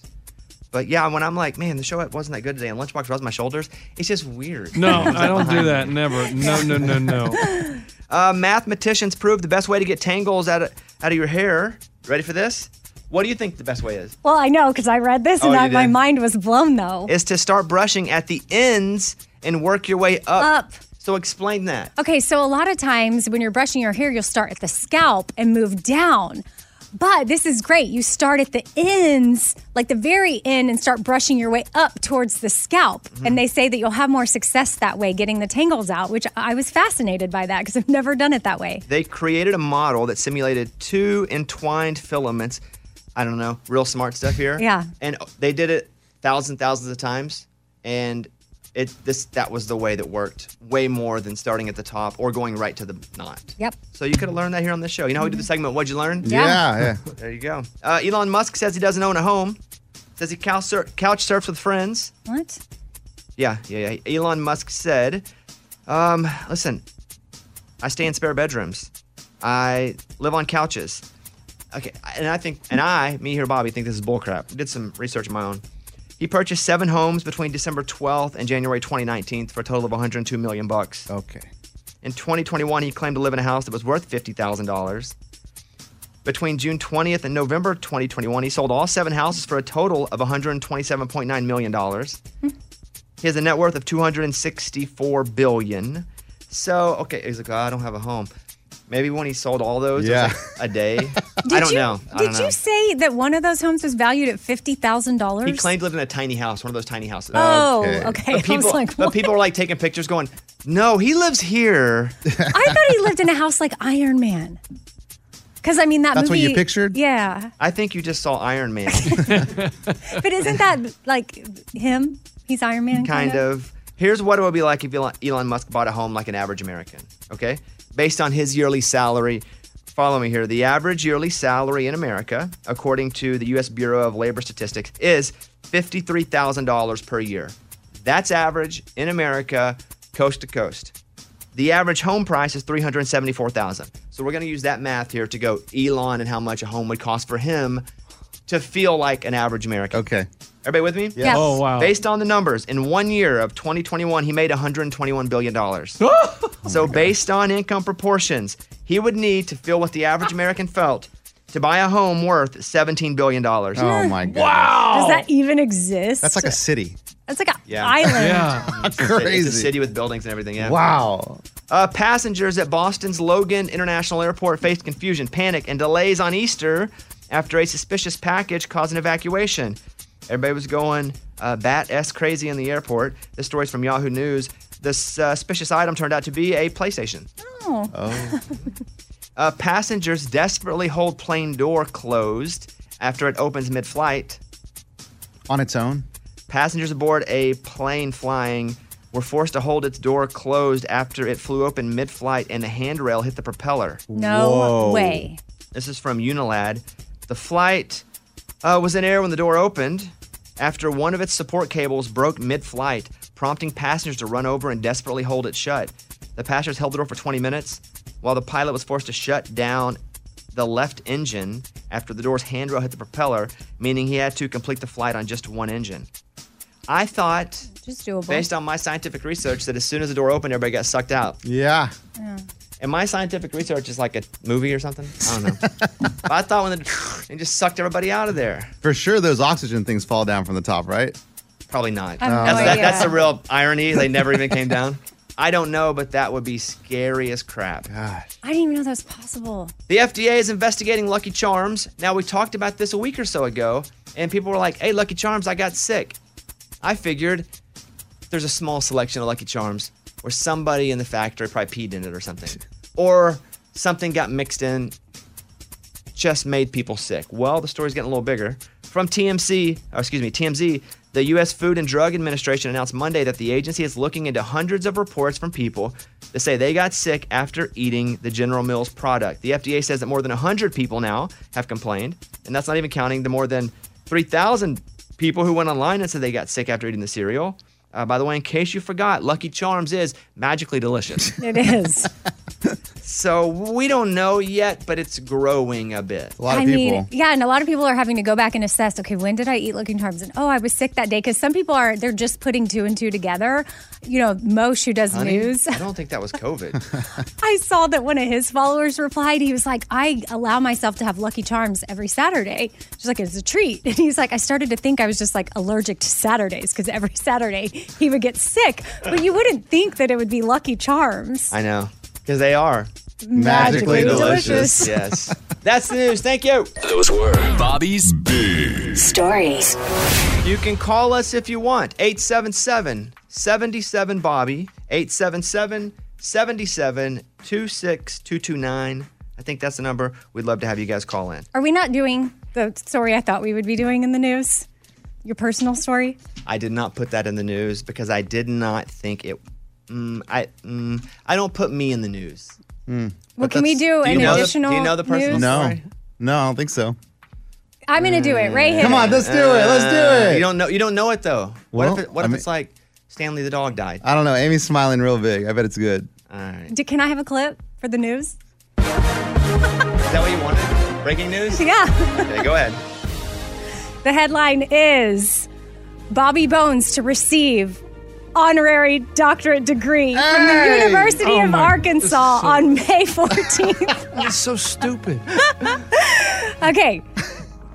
But yeah, when I'm like, man, the show wasn't that good today, and Lunchbox rubs my shoulders, it's just weird.
No,
It's
I don't
behind
do
me.
that. Never. No, no, no, no.
Uh, mathematicians prove the best way to get tangles out of, out of your hair. Ready for this? What do you think the best way is?
Well, I know because I read this
Oh,
and
you
I, my
did.
mind was blown though.
Is to start brushing at the ends and work your way up.
Up.
So explain that.
Okay, so a lot of times when you're brushing your hair, you'll start at the scalp and move down. But this is great. You start at the ends, like the very end, and start brushing your way up towards the scalp.
Mm-hmm.
And they say that you'll have more success that way getting the tangles out, which I was fascinated by that because I've never done it that way.
They created a model that simulated two entwined filaments. I don't know, real smart stuff here.
Yeah.
And they did it thousands and thousands of times, and it this that was the way that worked way more than starting at the top or going right to the knot.
Yep.
So you could have learned that here on this show. You know how we did the segment, What'd You Learn?
Yeah.
Yeah, yeah.
there you go. Uh, Elon Musk says he doesn't own a home. Says he couch, sur- couch surfs with friends.
What?
Yeah, yeah, yeah. Elon Musk said, um, listen, I stay in spare bedrooms. I live on couches. Okay, and I think, and I, me here, Bobby, think this is bullcrap. Did some research of my own. He purchased seven homes between December 12th and January 2019 for a total of 102 million bucks.
Okay.
In 2021, he claimed to live in a house that was worth fifty thousand dollars. Between June 20th and November 2021, he sold all seven houses for a total of 127.9 million dollars. He has a net worth of 264 billion. So, okay, he's like, "Oh, I don't have a home. Maybe when he sold all those, it was
Yeah.
like a day. I
Did
don't
you,
know. I
Did
don't know.
you say that one of those homes was valued at fifty thousand
He
dollars?
claimed to live in a tiny house, one of those tiny houses.
Oh, Okay. okay. I
But
was
people,
like,
but people were like taking pictures, going, "No, he lives here."
I thought he lived in a house like Iron Man. Because I mean that
That's what
movie.
you pictured?
Yeah,
I think you just saw Iron Man.
but isn't that like him? He's Iron Man.
kind of. Here's what it would be like if Elon- Elon Musk bought a home like an average American, okay? Based on his yearly salary. Follow me here. The average yearly salary in America, according to the U.S. Bureau of Labor Statistics, is $53,000 per year. That's average in America, coast to coast. The average home price is 374,000. So we're going to use that math here to go Elon and how much a home would cost for him to feel like an average American.
Okay.
Everybody with me?
Yes. Oh, wow.
Based on the numbers, in one year of 2021, he made 121 billion dollars.
Oh
so based on income proportions, he would need to feel what the average American felt to buy a home worth 17 billion dollars.
Oh my god.
Does that even exist?
That's like a city.
That's like an
Yeah.
island.
It's a city- It's a
Crazy.
city with buildings and everything. Yeah.
Wow.
Uh, passengers at Boston's Logan International Airport faced confusion, panic, and delays on Easter after a suspicious package caused an evacuation. Everybody was going uh, bat s crazy in the airport. This story's from Yahoo News. This uh, suspicious item turned out to be a PlayStation.
Oh.
Oh. uh, passengers desperately hold plane door closed after it opens mid flight.
On its own?
Passengers aboard a plane flying were forced to hold its door closed after it flew open mid flight and a handrail hit the propeller.
No
Oh.
Whoa. way.
This is from Unilad. The flight uh, was in air when the door opened after one of its support cables broke mid flight, prompting passengers to run over and desperately hold it shut. The passengers held the door for 20 minutes while the pilot was forced to shut down the left engine after the door's handrail hit the propeller, meaning he had to complete the flight on just one engine. I thought,
Just doable.
based on my scientific research, that as soon as the door opened, everybody got sucked out.
Yeah.
Yeah.
And my scientific research is like a movie or something. I don't know. But I thought when the, it just sucked everybody out of there.
For sure, those oxygen things fall down from the top, right? Oh.
Probably not.
I have no
that's, that-
idea.
that's the real irony. They never even came down. I don't know, but that would be scary as crap.
I didn't even know that was possible.
The FDA is investigating Lucky Charms. Now, we talked about this a week or so ago, and people were like, hey, Lucky Charms, I got sick. I figured there's a small selection of Lucky Charms where somebody in the factory probably peed in it or something, or something got mixed in, just made people sick. Well, the story's getting a little bigger. From TMC, or uh, excuse me, TMZ, the U.S. Food and Drug Administration announced Monday that the agency is looking into hundreds of reports from people that say they got sick after eating the General Mills product. The FDA says that more than 100 people now have complained, and that's not even counting the more than 3,000 people who went online and said they got sick after eating the cereal. Uh, by the way, in case you forgot, Lucky Charms is magically delicious.
It is.
so we don't know yet, but it's growing a bit. A
I mean, yeah, and a lot of people are having to go back and assess. Okay, when did I eat Lucky Charms? And oh, I was sick that day because some people are they're just putting two and two together. You know, Moshe who does
Honey,
news.
I don't think that was COVID.
I saw that one of his followers replied. He was like, I allow myself to have Lucky Charms every Saturday. She's like, it's a treat. And he's like, I started to think I was just like allergic to Saturdays because every Saturday he would get sick. But you wouldn't think that it would be Lucky Charms.
I know, because they are
Magically Magically delicious. delicious.
yes, that's the news. Thank you.
Those were Bobby's Big
Stories. You can call us if you want. 877 77 Bobby, 877 77 26229. I think that's the number. We'd love to have you guys call in.
Are we not doing the story I thought we would be doing in the news? Your personal story?
I did not put that in the news because I did not think it. Mm, I mm, I don't put me in the news.
Well, can we do
Do you
an
know the- do you
additional?
know the personal
news?
story?
No. No, I don't think so.
I'm gonna do it
Mm.
right here.
Uh, You don't know. You don't know it though. What
Well,
if? It, what
I
if
mean-
it's like Stanley the dog died?
I don't know. Amy's smiling real big. I bet it's good.
All right.
Do- can I have a clip for the news?
Is that what you wanted? Breaking news?
Yeah.
Okay, go ahead.
The headline is Bobby Bones to receive honorary doctorate degree from the
Hey!
University
Oh
of
my-
Arkansas
this is so-
on May 14th.
That's so stupid.
okay.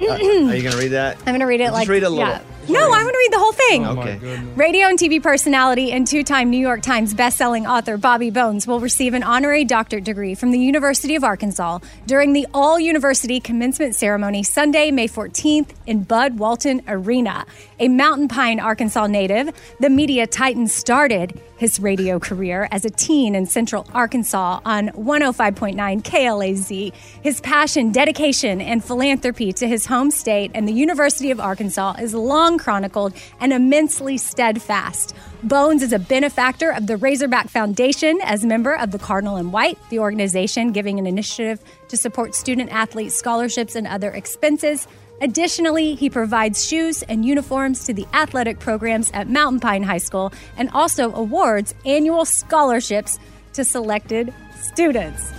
Uh, are you gonna read that?
I'm going to read it
Just
like
read a little.
yeah. No, I'm going to read the whole thing.
okay.
Radio and TV personality and two time New York Times bestselling author Bobby Bones will receive an honorary doctorate degree from the University of Arkansas during the all university commencement ceremony Sunday, May 14th in Bud Walton Arena. A Mountain Pine, Arkansas native, the media titan started his radio career as a teen in central Arkansas on 105.9 KLAZ. His passion, dedication, and philanthropy to his home state and the University of Arkansas is long chronicled and immensely steadfast. Bones is a benefactor of the Razorback Foundation as member of the Cardinal and White, the organization giving an initiative to support student athletes, scholarships, and other expenses. Additionally, he provides shoes and uniforms to the athletic programs at Mountain Pine High School and also awards annual scholarships to selected students.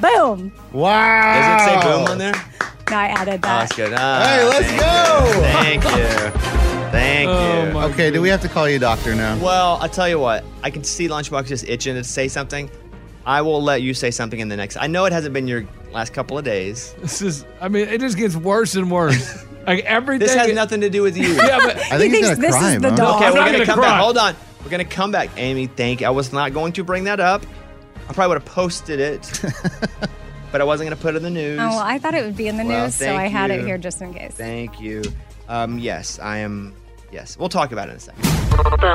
Boom!
Wow.
Does it say boom on there?
Now I added
Oh,
that.
that's good. Ah,
Hey,
thank
let's go!
You. Thank you. Thank you.
okay, do we have to call you doctor now?
Well, I'll tell you what. I can see Lunchbox just itching to say something. I will let you say something in the next. I know it hasn't been your last couple of days.
This is, I mean, it just gets worse and worse. Like everything.
This has nothing to do with you.
Yeah, but- I think He he's thinks gonna this cry, is the Mo. dog.
Okay,
I'm
we're
not
gonna,
gonna
come
cry.
back. Hold on. We're gonna come back, Amy. Thank. I was not going to bring that up. I probably would have posted it, but I wasn't gonna put it in the
Oh,
news.
well, I thought it would be in the
Well,
news, so
thank
I had it
you.
here just in case.
Thank you. Um, yes, I am. Yes, we'll talk about it in a second.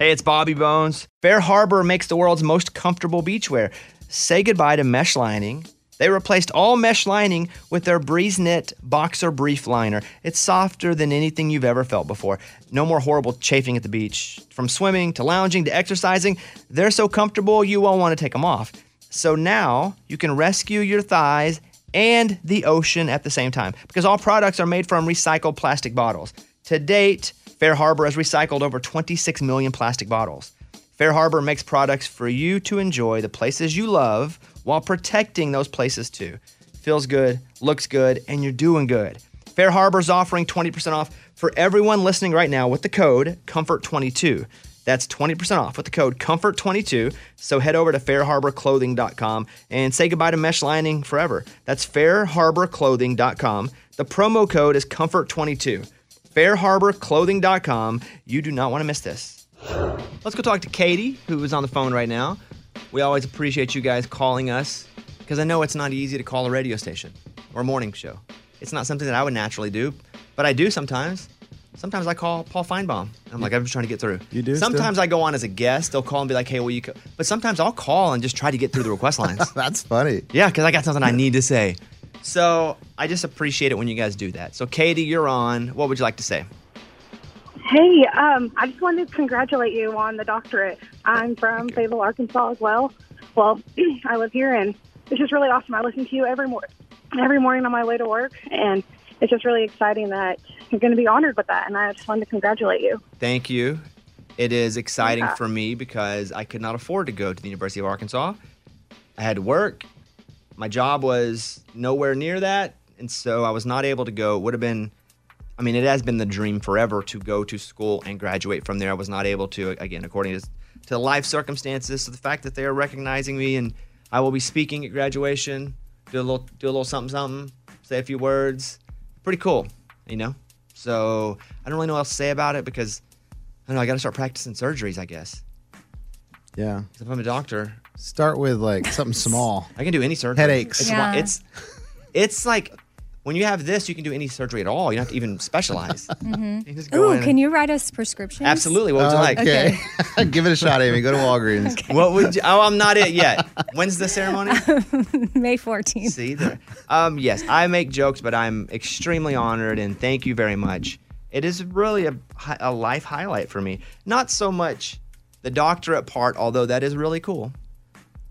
Hey, it's Bobby Bones. Fair Harbor makes the world's most comfortable beachwear. Say goodbye to mesh lining. They replaced all mesh lining with their Breeze Knit Boxer Brief Liner. It's softer than anything you've ever felt before. No more horrible chafing at the beach. From swimming to lounging to exercising, they're so comfortable you won't want to take them off. So now you can rescue your thighs and the ocean at the same time because all products are made from recycled plastic bottles. To date, Fair Harbor has recycled over 26 million plastic bottles. Fair Harbor makes products for you to enjoy the places you love while protecting those places too. Feels good, looks good, and you're doing good. Fair Harbor's offering 20% off for everyone listening right now with the code COMFORT22. That's 20% off with the code COMFORT22. So head over to fairharborclothing.com and say goodbye to mesh lining forever. That's fairharborclothing.com. The promo code is COMFORT22. fairharborclothing.com. You do not want to miss this. Let's go talk to Katie, who is on the phone right now. We always appreciate you guys calling us because I know it's not easy to call a radio station or a morning show. It's not something that I would naturally do, but I do sometimes. Sometimes I call Paul Feinbaum. I'm like, I'm just trying to get through. You do. Sometimes I go on as a guest. They'll call and be like, "Hey, will you?" Co-? But sometimes I'll call and just try to get through the request lines.
That's funny.
Yeah, because I got something I need to say. So I just appreciate it when you guys do that. So Katie, you're on. What would you like to say?
Hey, um, I just wanted to congratulate you on the doctorate. I'm from Fayetteville, Arkansas, as well. Well, I live here, and it's just really awesome. I listen to you every mor- every morning on my way to work, and it's just really exciting that you're going to be honored with that. And I just wanted to congratulate you.
Thank you. It is exciting
Yeah.
for me because I could not afford to go to the University of Arkansas. I had to work. My job was nowhere near that. And so I was not able to go. It would have been, I mean, it has been the dream forever to go to school and graduate from there. I was not able to, again, according to, to life circumstances. So the fact that they are recognizing me and I will be speaking at graduation, do a little, do a little something, something, say a few words. Pretty cool, you know? So I don't really know what else to say about it because I don't know. I got to start practicing surgeries, I guess.
Yeah.
If I'm a doctor,
Start with like something small.
I can do any surgery.
Headaches.
It's,
Yeah.
why it's it's like when you have this, you can do any surgery at all. You don't have to even specialize.
Mm-hmm.
go
Ooh,
in.
can you write us prescriptions?
Absolutely. What would you like?
Okay.
Give it a shot, Amy. Go to Walgreens.
What would you? Oh, I'm not it yet. When's the ceremony?
May 14th.
See there. Um, yes, I make jokes, but I'm extremely honored and thank you very much. It is really a, hi- a life highlight for me. Not so much the doctorate part, although that is really cool,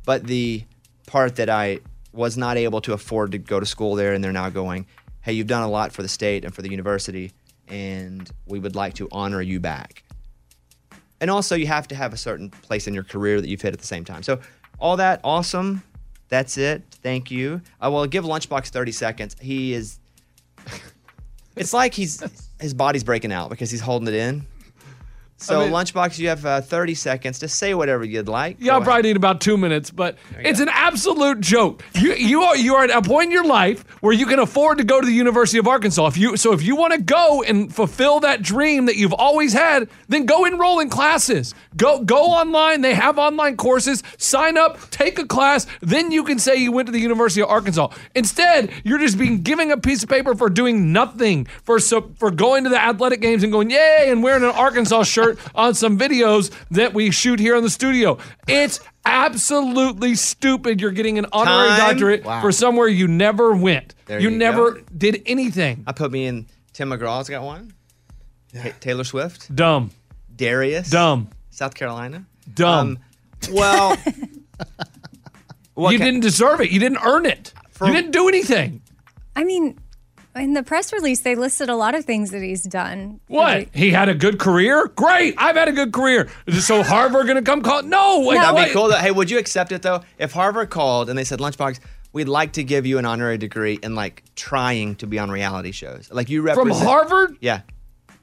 but the part that I was not able to afford to go to school there, and they're now going, hey, you've done a lot for the state and for the university, and we would like to honor you back. And also, you have to have a certain place in your career that you've hit at the same time. So, all that awesome. That's it. Thank you. I will give Lunchbox 30 seconds. He is. It's like he's his body's breaking out because he's holding it in. So,
mean-
Lunchbox, you have uh, 30 seconds to say whatever you'd like.
Y'all probably need about two minutes, but it's an absolute joke. You you are you are at a point in your life where you can afford to go to the University of Arkansas. If you so if you want to go and fulfill that dream that you've always had, then go enroll in classes. Go go online. They have online courses. Sign up, take a class, then you can say you went to the University of Arkansas. Instead, you're just being giving a piece of paper for doing nothing, for so, for going to the athletic games and going yay and wearing an Arkansas shirt on some videos that we shoot here in the studio. It's absolutely stupid. You're getting an honorary
Time.
doctorate
Wow.
for somewhere you never went.
There
you
you
never did anything.
I put me in Tim McGraw's got one. Ta- Taylor Swift.
Dumb.
Darius.
Dumb.
South Carolina. Um,
Dumb.
Well,
you didn't deserve it. You didn't earn it. you didn't do anything.
I mean, in the press release, they listed a lot of things that he's done.
What? He had a good career? Great. I've had a good career. So Harvard going to come call? No. like,
that'd
what-
be cool. Though. Hey, would you accept it though? If Harvard called and they said, "Lunchbox, we'd like to give you an honorary degree in like trying to be on reality shows, like you
From
represent
Harvard?
Yeah.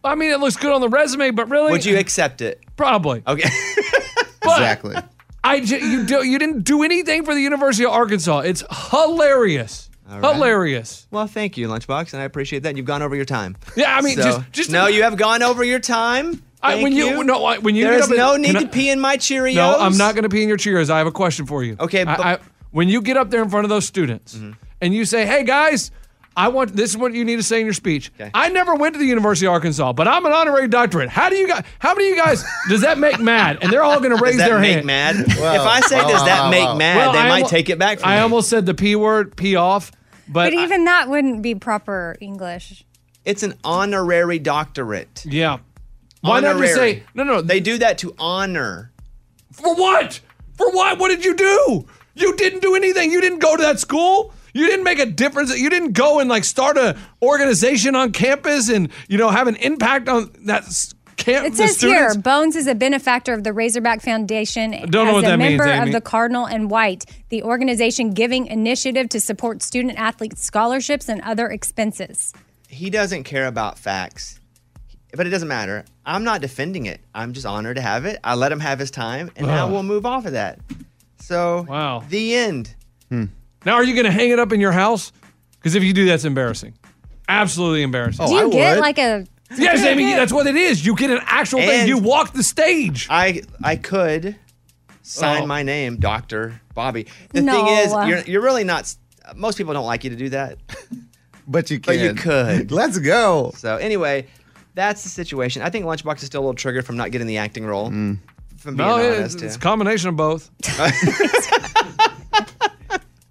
I mean, it looks good on the resume, but really,
Would you accept it?
Probably.
Okay.
exactly.
I j- you do you didn't do anything for the University of Arkansas. It's hilarious. Hilarious.
Well, thank you, Lunchbox, and I appreciate that. You've gone over your time.
Yeah, I mean,
So-
just- just-
no, you have gone over your time.
I-
Thank
when you- no, I- when you
there
get
is
up in-
no need
can I-
to pee in my Cheerios.
No, I'm not going to pee in your Cheerios. I have a question for you. Okay,
but- Mm-hmm.
when you get up there in front of those students and you say, "Hey guys, I want this is what you need to say in your speech." I never went to the University of Arkansas, but I'm an honorary doctorate. How do you guys? How many of you guys does that make mad? And they're all going to raise
Does that
their
make
hand.
mad? if I say, does that make mad? they
I
might
almo-
take it back from
I
me.
almost said the p word, pee off,
But,
but,
even that wouldn't be proper English.
It's an honorary doctorate.
Yeah. Why not just say- no, no?
They do that to honor.
For what? For what? What did you do? You didn't do anything. You didn't go to that school. You didn't make a difference. You didn't go and like start a organization on campus and you know have an impact on that s- camp.
It
the
says
students.
here, Bones is a benefactor of the Razorback Foundation
I don't know
as
what
a
that means,
member
Amy.
of the Cardinal and White, the organization giving initiative to support student athlete scholarships and other expenses.
He doesn't care about facts, but it doesn't matter. I'm not defending it. I'm just honored to have it. I let him have his time, and now
Ugh.
we'll move off of that. So, wow. the end.
Now, are you going to hang it up in your house? Because if you do, that's embarrassing. Absolutely
Oh,
embarrassing.
Do you get like a
Oh, Yes, Amy. That's what it is. You get an actual thing.
And-
You walk the stage.
I I could sign
Oh.
my name, Doctor Bobby. The
No.
thing is, you're you're really not. s- Most people don't like you to do that.
But you
But you
can.
could.
Let's go.
So anyway, that's the situation. I think Lunchbox is still a little triggered from not getting the acting role. If I'm being
Mm. No, it-
honest,
it's a
yeah.
combination of both.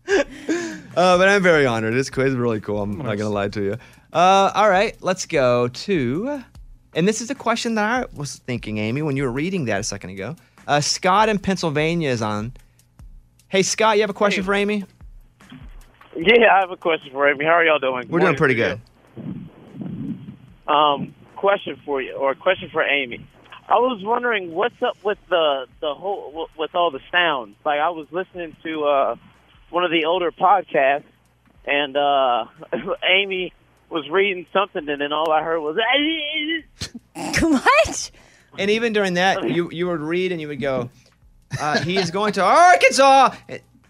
Uh, but I'm very honored. This quiz is really cool. I'm not gonna lie to you. Uh, all right, let's go to, and this is a question that I was thinking, Amy, when you were reading that a second ago. Uh, Scott in Pennsylvania is on. Hey, Scott, you have a question for Amy?
Yeah, I have a question for Amy. How are y'all doing?
We're doing pretty good.
Um, question for you, or question for Amy. I was wondering what's up with the the whole with all the sounds. Like I was listening to uh, one of the older podcasts, and uh, Amy was reading something, and then all I heard was.
What?
And even during that, you you would read and you would go, uh, "He is going to Arkansas."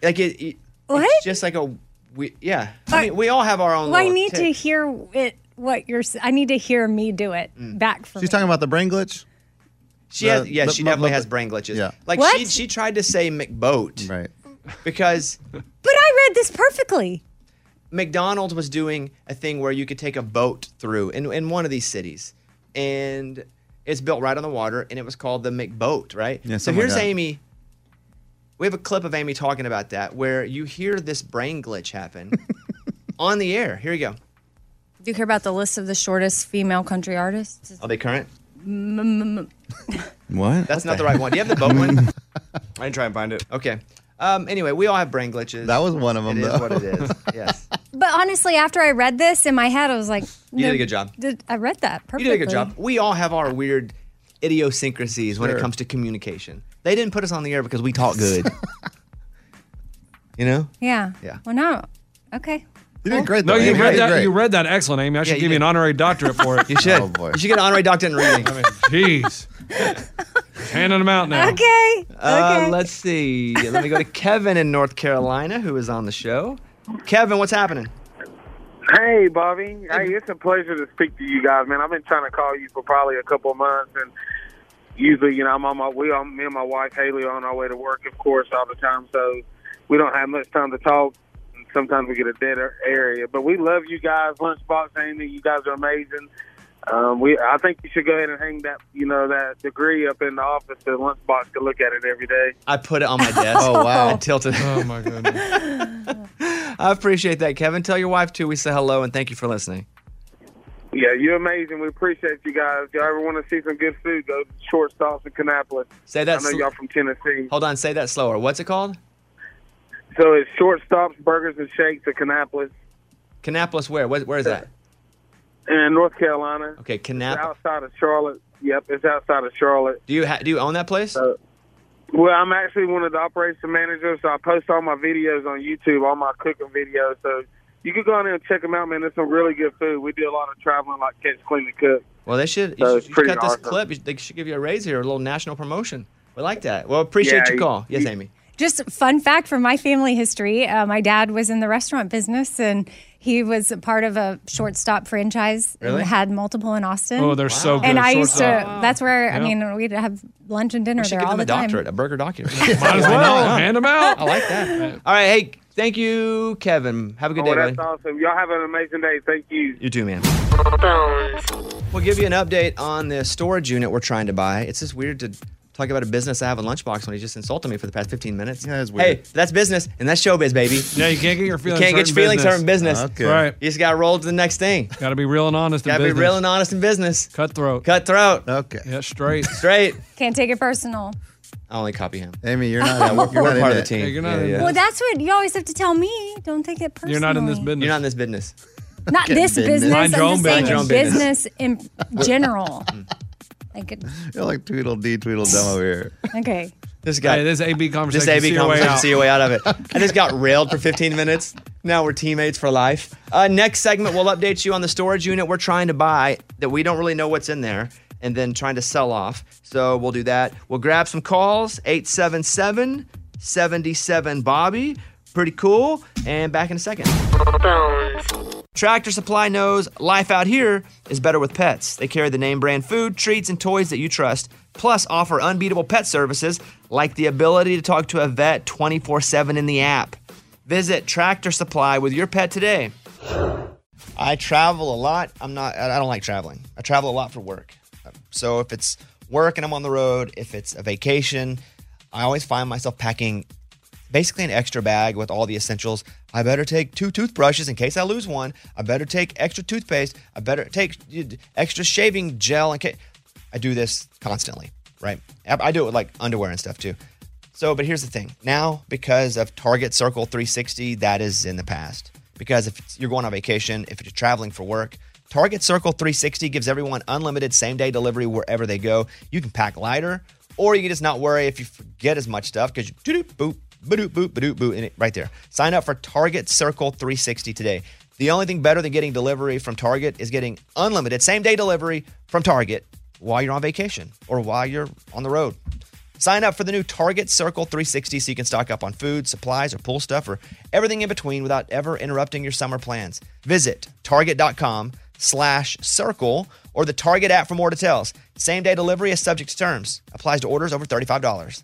Like it, it- it's just like a we, yeah. I mean, we all have our own.
Well, I
little
need to
tick.
hear it. What you're, s- I need to hear me do it
Mm.
back from.
She's talking about the brain glitch.
She has, yeah, she definitely has brain glitches. Yeah. Like
What?
she she tried to say McBoat.
Right.
Because
But I read this perfectly.
McDonald's was doing a thing where you could take a boat through in, in one of these cities. And it's built right on the water and it was called the McBoat, right?
Yeah,
so
something like
here's
that.
Amy. We have a clip of Amy talking about that where you hear this brain glitch happen on the air. Here you go.
Do you care about the list of the shortest female country artists?
Are they current?
Mm, Mm-mm-mm.
What?
That's not the right one. Do you have the boat one? I didn't try and find it. Okay. Um, anyway, we all have brain glitches. That was one of
them,
It is
though.
what it is. Yes.
But honestly, after I read this in my head, I was like,
You did
no,
a good job.
did- I read that
You
perfectly.
did a good job. We all have our weird idiosyncrasies when it
Sure.
comes to communication. They didn't put us on the air because we talk good. you know?
Yeah.
Yeah.
Well, no. Okay.
You did great.
No,
though,
you
Amy.
read
You did
that.
great.
You read that excellent, Amy. I should
you
give you an honorary doctorate for it. Oh,
You should. You should get an honorary doctorate in reading.
I mean, jeez. Handing them out now.
Okay.
Uh, let's see. Let me go to Kevin in North Carolina, who is on the show. Kevin, what's happening?
Hey, Bobby. Hey, it's a pleasure to speak to you guys, man. I've been trying to call you for probably a couple of months, and usually, you know, I'm on my we, I'm, me and my wife Haley are on our way to work, of course, all the time. So we don't have much time to talk. and Sometimes we get a dead a- area, but we love you guys, Lunchbox Amy. You guys are amazing. Um, we, I think you should go ahead and hang that, you know, that degree up in the office so Lunchbox can look at it every day.
I put it on my desk.
Oh, wow.
I tilted.
Oh my goodness.
I appreciate that, Kevin. Tell your wife too. We say hello and thank you for listening.
Yeah, you're amazing. We appreciate you guys. Y'all ever want to see some good food? Go to Shortstops in Kannapolis.
Say that
I know
sl-
y'all from Tennessee.
Hold on, say that slower. What's it called?
So it's Shortstops Burgers and Shakes in Kannapolis
Canapolis. Where? Where, where is that?
in North Carolina.
Okay,
It's
Canapolis.
outside of Charlotte. Yep, it's outside of Charlotte.
Do you ha- do you own that place?
Well, I'm actually one of the operation managers, so I post all my videos on YouTube, all my cooking videos. So you can go in there and check them out, man. There's some really good food. We do a lot of traveling, like catch, clean, and cook.
Well, they should. You
So
should,
it's
you should
pretty
cut this
awesome.
clip. You should- they should give you a raise here, a little national promotion. We like that. Well, appreciate
Yeah,
your
you-
call. Yes,
you-
Amy.
just fun fact from my family history uh, my dad was in the restaurant business and he was a part of a shortstop franchise and
Really?
had multiple in austin
Oh, they're so good
and
at
i used to
shortstop.
that's where i
Yeah.
mean we'd have lunch and dinner
We should
there
give
all
them
the
a doctorate,
time
a burger doctorate.
Might as well hand them out.
I like that. All right, hey, thank you, Kevin. Have a good day,
oh,
buddy.
that's awesome. Y'all have an amazing day. Thank you.
You too, man. We'll give you an update on the storage unit we're trying to buy. It's just weird to talk about a business I have in Lunchbox when he just insulted me for the past 15 minutes. Yeah, that's
weird.
Hey, that's business, and that's showbiz, baby.
Yeah, you can't get
You
your
can't
feelings hurt
get
in
your feelings
business.
hurt in business.
Okay. Right.
You just got to roll to the next thing.
Got to be real and honest.
Got to be real and honest in business.
Cutthroat.
Cutthroat.
Okay.
Yeah, straight.
straight.
can't take it personal
I only copy him.
Amy, you're
not.
in-
we're
you're
we're
not
part
in
of the team.
it. Yeah, you're not in it.
well that's what you always have to tell me don't take it personal
You're not in this business.
not
Okay.
this
Business.
business.
Mind your
I'm just
own
saying
business. Mind your own
business in general. like, it-
You're like Tweedledee, Tweedledum over here.
okay.
This guy.
Hey, this AB conversation.
This AB
see your way
conversation,
out.
see your way out of it. I just got railed for 15 minutes. Now we're teammates for life. Uh, next segment, we'll update you on the storage unit we're trying to buy that we don't really know what's in there and then trying to sell off. So we'll do that. We'll grab some calls 877 77 Bobby. Pretty cool. And back in a second. Tractor Supply knows life out here is better with pets. They carry the name brand food, treats, and toys that you trust, plus offer unbeatable pet services like the ability to talk to a vet 24 7 in the app. Visit Tractor Supply with your pet today. I travel a lot. I'm not, I don't like traveling. I travel a lot for work. So if it's work and I'm on the road, if it's a vacation, I always find myself packing basically an extra bag with all the essentials. I better take two toothbrushes in case I lose one. I better take extra toothpaste. I better take uh, extra shaving gel in case. I do this constantly, right? I I do it with like underwear and stuff too. So, but here's the thing. Now, because of Target Circle 360, that is in the past. Because if it's- you're going on vacation, if you're traveling for work, Target Circle 360 gives everyone unlimited same day delivery wherever they go. You can pack lighter, or you can just not worry if you forget as much stuff because you doo doop boop, badoop boop, badoop boop, and it right there. Sign up for Target Circle 360 today. The only thing better than getting delivery from Target is getting unlimited same day delivery from Target while you're on vacation or while you're on the road. Sign up for the new Target Circle 360 so you can stock up on food, supplies, or pool stuff, or everything in between without ever interrupting your summer plans. Visit target.com slash circle or the Target app for more details. Same day delivery is subject to terms. Applies to orders over $35.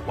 Well,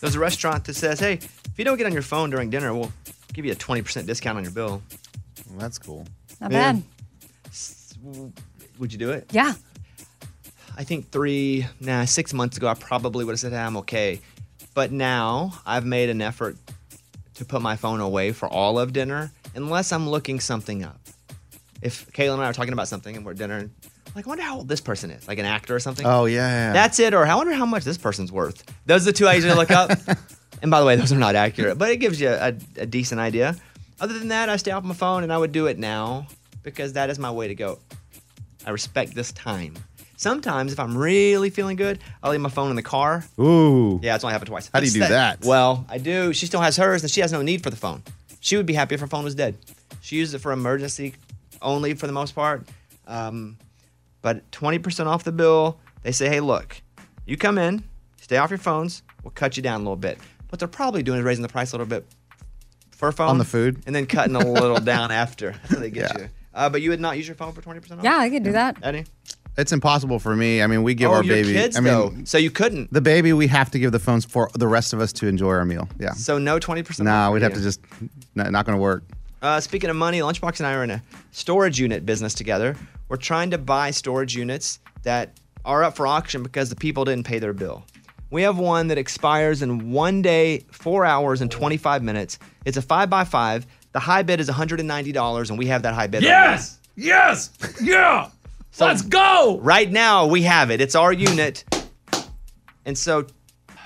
There's a restaurant that says, hey, if you don't get on your phone during dinner, we'll give you a 20% discount on your bill.
that's cool.
Not bad.
Would you do it?
Yeah.
I think three, nah, six months ago, I probably would have said, "Ah, I'm okay. But now I've made an effort to put my phone away for all of dinner, unless I'm looking something up. If Kayla and I are talking about something and we're at dinner, and like, I wonder how old this person is, like an actor or something.
Oh, yeah, yeah, yeah.
That's it. Or I wonder how much this person's worth. Those are the two I usually look up. And by the way, those are not accurate, but it gives you a, a decent idea. Other than that, I stay off my phone and I would do it now because that is my way to go. I respect this time. Sometimes, if I'm really feeling good, I'll leave my phone in the car.
Ooh.
Yeah, it's only happened twice.
How do you do
That's-
that?
Well, I do. She still has hers, and she has no need for the phone. She would be happy if her phone was dead. She uses it for emergency only for the most part. Um, but 20% off the bill, they say, hey, look, you come in, stay off your phones, we'll cut you down a little bit. What they're probably doing is raising the price a little bit for a phone.
On the food?
And then cutting a little down after. That's how they get you. Uh, but you would not use your phone for 20% off?
Yeah, I could do that.
Eddie?
It's impossible for me. I mean, we give
Oh,
our
your
baby.
kids,
I mean,
though. so you couldn't.
The baby, we have to give the phones for the rest of us to enjoy our meal. Yeah.
So no 20%
nah,
off
we'd
for
have
you.
to just not, not going to work.
Uh, speaking of money, Lunchbox and I are in a storage unit business together. We're trying to buy storage units that are up for auction because the people didn't pay their bill. We have one that expires in one day, four hours, and 25 minutes. It's a five by five. The high bid is $190, and we have that high bid.
Yes! Yes! Yeah!
Let's
go!
Right now, we have it. It's our unit. And so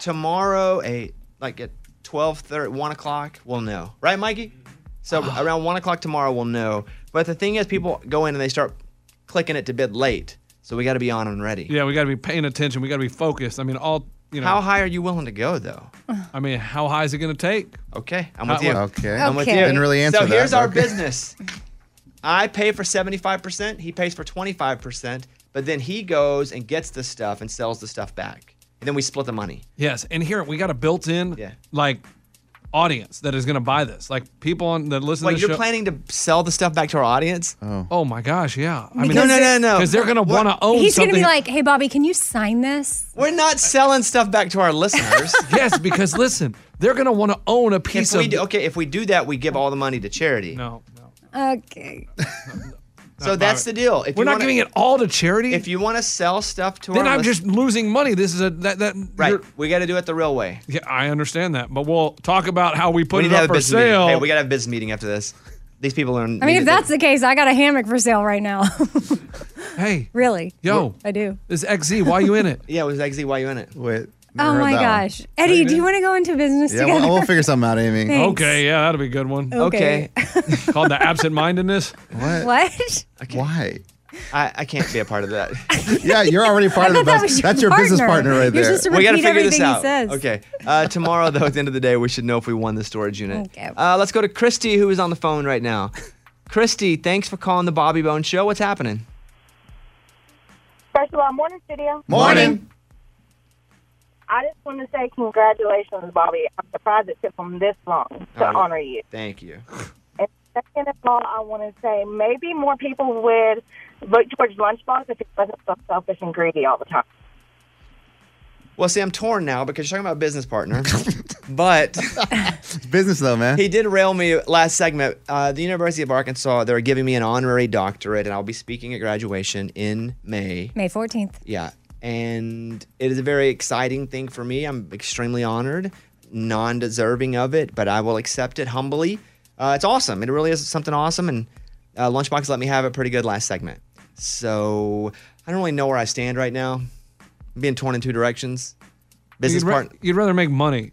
tomorrow, a like at 12, 1 o'clock, we'll know. Right, Mikey? So around 1 o'clock tomorrow, we'll know. But the thing is, people go in and they start clicking it to bid late. So we got to be on and ready.
Yeah, we got to be paying attention. We got to be focused. I mean, all, you know.
How high are you willing to go, though?
I mean, how high is it going to take?
Okay, I'm with you.
Okay.
I'm with you.
Didn't really answer
So
that,
here's
but
our
okay.
business. I pay for 75%, he pays for 25%, but then he goes and gets the stuff and sells the stuff back. And then we split the money.
Yes, and here we got a built-in like audience that is going to buy this. Like people on that listen.
Wait,
to the
you're
show-
planning to sell the stuff back to our audience?
Oh,
my gosh, yeah.
no, no, no, no.
because they're going to want to
Oh,
own.
He's
something.
gonna be like, "Hey, Bobby, can you sign this?"
We're not selling stuff back to our listeners.
yes, because listen, they're going to want to own a piece
if we
of-
do, okay, if we do that, we give all the money to charity.
No.
Okay.
So that's the deal. If
We're
you
not
wanna-
giving it all to charity.
If you want to sell stuff to
then
our
I'm
list-
just losing money. This is a that that
right. We got to do it the real way.
Yeah, I understand that, but we'll talk about how we put
we need
it
to have
up
a
for
business
sale.
meeting. Hey, we got to have a business meeting after this. These people are.
I mean, if that's the case, I got a hammock for sale right now.
hey,
really?
Yo.
I do.
this XZ, why you in it?
yeah, it was XZ, why you in it?
Wait.
Oh my gosh, Eddie, do you want to go into business
Yeah,
together?
we'll, we'll figure something out, Amy.
Thanks.
Okay, yeah, that'll be a good one.
Okay.
Called the absent-mindedness.
What?
What?
Why?
I, I can't be a part of that.
yeah, you're already part of the bus. That's your business partner right there.
we gotta figure this
everything he
out.
says.
Okay. Uh, tomorrow, though, at the end of the day, we should know if we won the storage unit.
Okay.
Uh, let's go to Christy, who is on the phone right now. Christy, thanks for calling the Bobby Bone Show. What's happening?
First of all, morning studio.
Morning.
I just want to say congratulations, Bobby. I'm surprised it took them this long to
Oh, yeah.
honor you.
Thank you.
And second of all, I want to say maybe more people would look towards Lunchbox if he wasn't so selfish and greedy all the time.
Well, see, I'm torn now because you're talking about business partner, but
It's business though, man.
He did rail me last segment. Uh, the University of Arkansas, they're giving me an honorary doctorate, and I'll be speaking at graduation in May.
May 14th.
Yeah. And it is a very exciting thing for me. I'm extremely honored, non deserving of it, but I will accept it humbly. Uh, it's awesome. It really is something awesome. And uh, Lunchbox let me have it pretty good last segment. So I don't really know where I stand right now. I'm being torn in two directions. Business
you'd, ra-
partner.
you'd rather make money.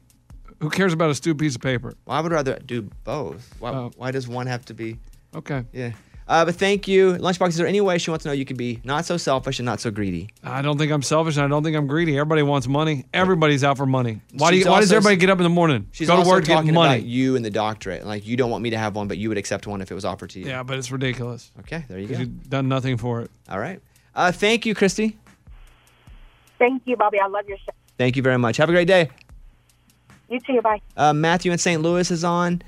Who cares about a stupid piece of paper? Oh.
Well, I would rather do both. Why, why does one have to be?
Okay.
Yeah. Uh, but thank you. Lunchbox, is there any way she wants to know you can be not so selfish and not so greedy?
I don't think I'm selfish and I don't think I'm greedy. Everybody wants money. Everybody's out for money. Why, do you,
She's
why does
also-
everybody get up in the morning?
She's
go to
also
work, get
talking
money.
about you and the doctorate. Like you don't want me to have one, but you would accept one if it was offered to you.
Yeah, but it's ridiculous.
Okay, there you
'Cause
go.
You've done nothing for it.
All right. Uh, thank you, Christy.
Thank you, Bobby. I love your show.
Thank you very much. Have a great day.
You too. Bye.
Uh, Matthew in St. Louis is on.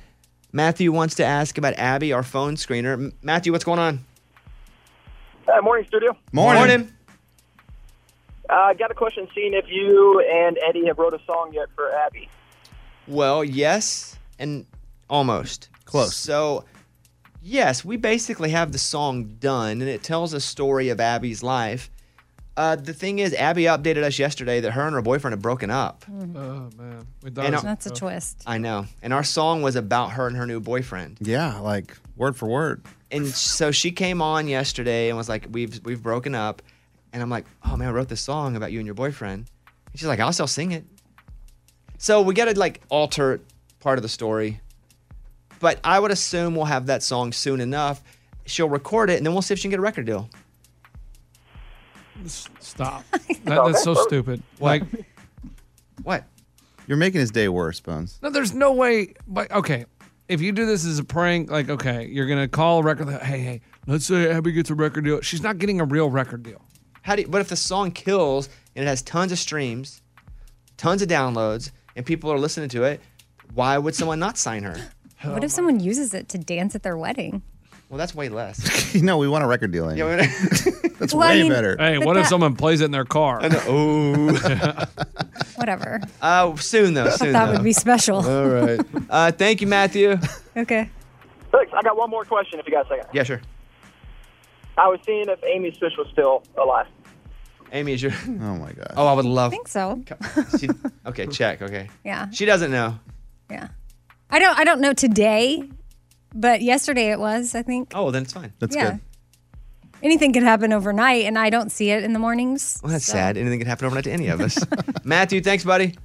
Matthew wants to ask about Abby, our phone screener. M- Matthew, what's going on?
Uh, morning, studio.
Morning.
Uh, I got a question seeing if you and Eddie have wrote a song yet for Abby.
Well, yes, and almost close. So, yes, we basically have the song done, and it tells a story of Abby's life. Uh, the thing is, Abby updated us yesterday that her and her boyfriend had broken up.
Oh, man. We Uh, thought it
And
was-
our-
Hmm. That's a twist.
I know. And our song was about her and her new boyfriend.
Yeah, like word for word.
And so she came on yesterday and was like, "We've we've broken up," and I'm like, "Oh man, I wrote this song about you and your boyfriend." And she's like, "I'll still sing it." So we got to like alter part of the story, but I would assume we'll have that song soon enough. She'll record it, and then we'll see if she can get a record deal.
Stop. That- that's so stupid. Like,
what?
You're making his day worse, Bones.
No, there's no way. But okay, if you do this as a prank, like okay, you're gonna call a record. Hey, hey, let's say Abby gets a record deal. She's not getting a real record deal.
How do you, but if the song kills and it has tons of streams, tons of downloads, and people are listening to it, why would someone not sign her?
what
Oh
if someone uses it to dance at their wedding?
Well, that's way less.
no, we want a record deal.
Yeah,
That's
Well, I way mean, better.
Hey,
but
what if
that-
someone plays it in their car?
Oh,
Whatever.
uh, soon though. Soon
that
though.
would be special.
All right. Uh, thank you, Matthew.
Okay.
Thanks. I got one more question if you got a second.
Yeah, sure.
I was seeing if Amy's fish was still alive.
Amy is your. Oh
my god.
Oh, I would
I
love.
think so.
She, okay, check. Okay.
Yeah.
She doesn't know.
Yeah. I don't I don't know today, but yesterday it was, I think.
Oh, well, then it's fine.
Yeah. Anything could happen overnight and I don't see it in the mornings.
Well, that's sad. Anything could happen overnight to any of us. Matthew, thanks, buddy.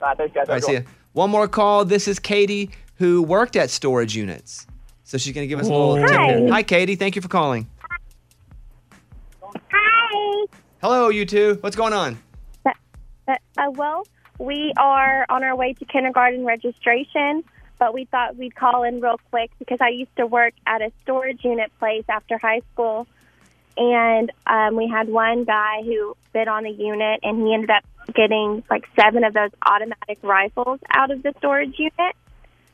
thanks,
All right, see ya. One more call. This is Katie, who worked at storage units. So she's going to give us a little tip
Hi.
here. Hi, Katie. Thank you for calling.
Hi.
Hello, you two. What's going on?
Uh, uh, well, we are on our way to kindergarten registration, but we thought we'd call in real quick because I used to work at a storage unit place after high school. And um, we had one guy who bid on a unit, and he ended up getting like seven of those automatic rifles out of the storage unit.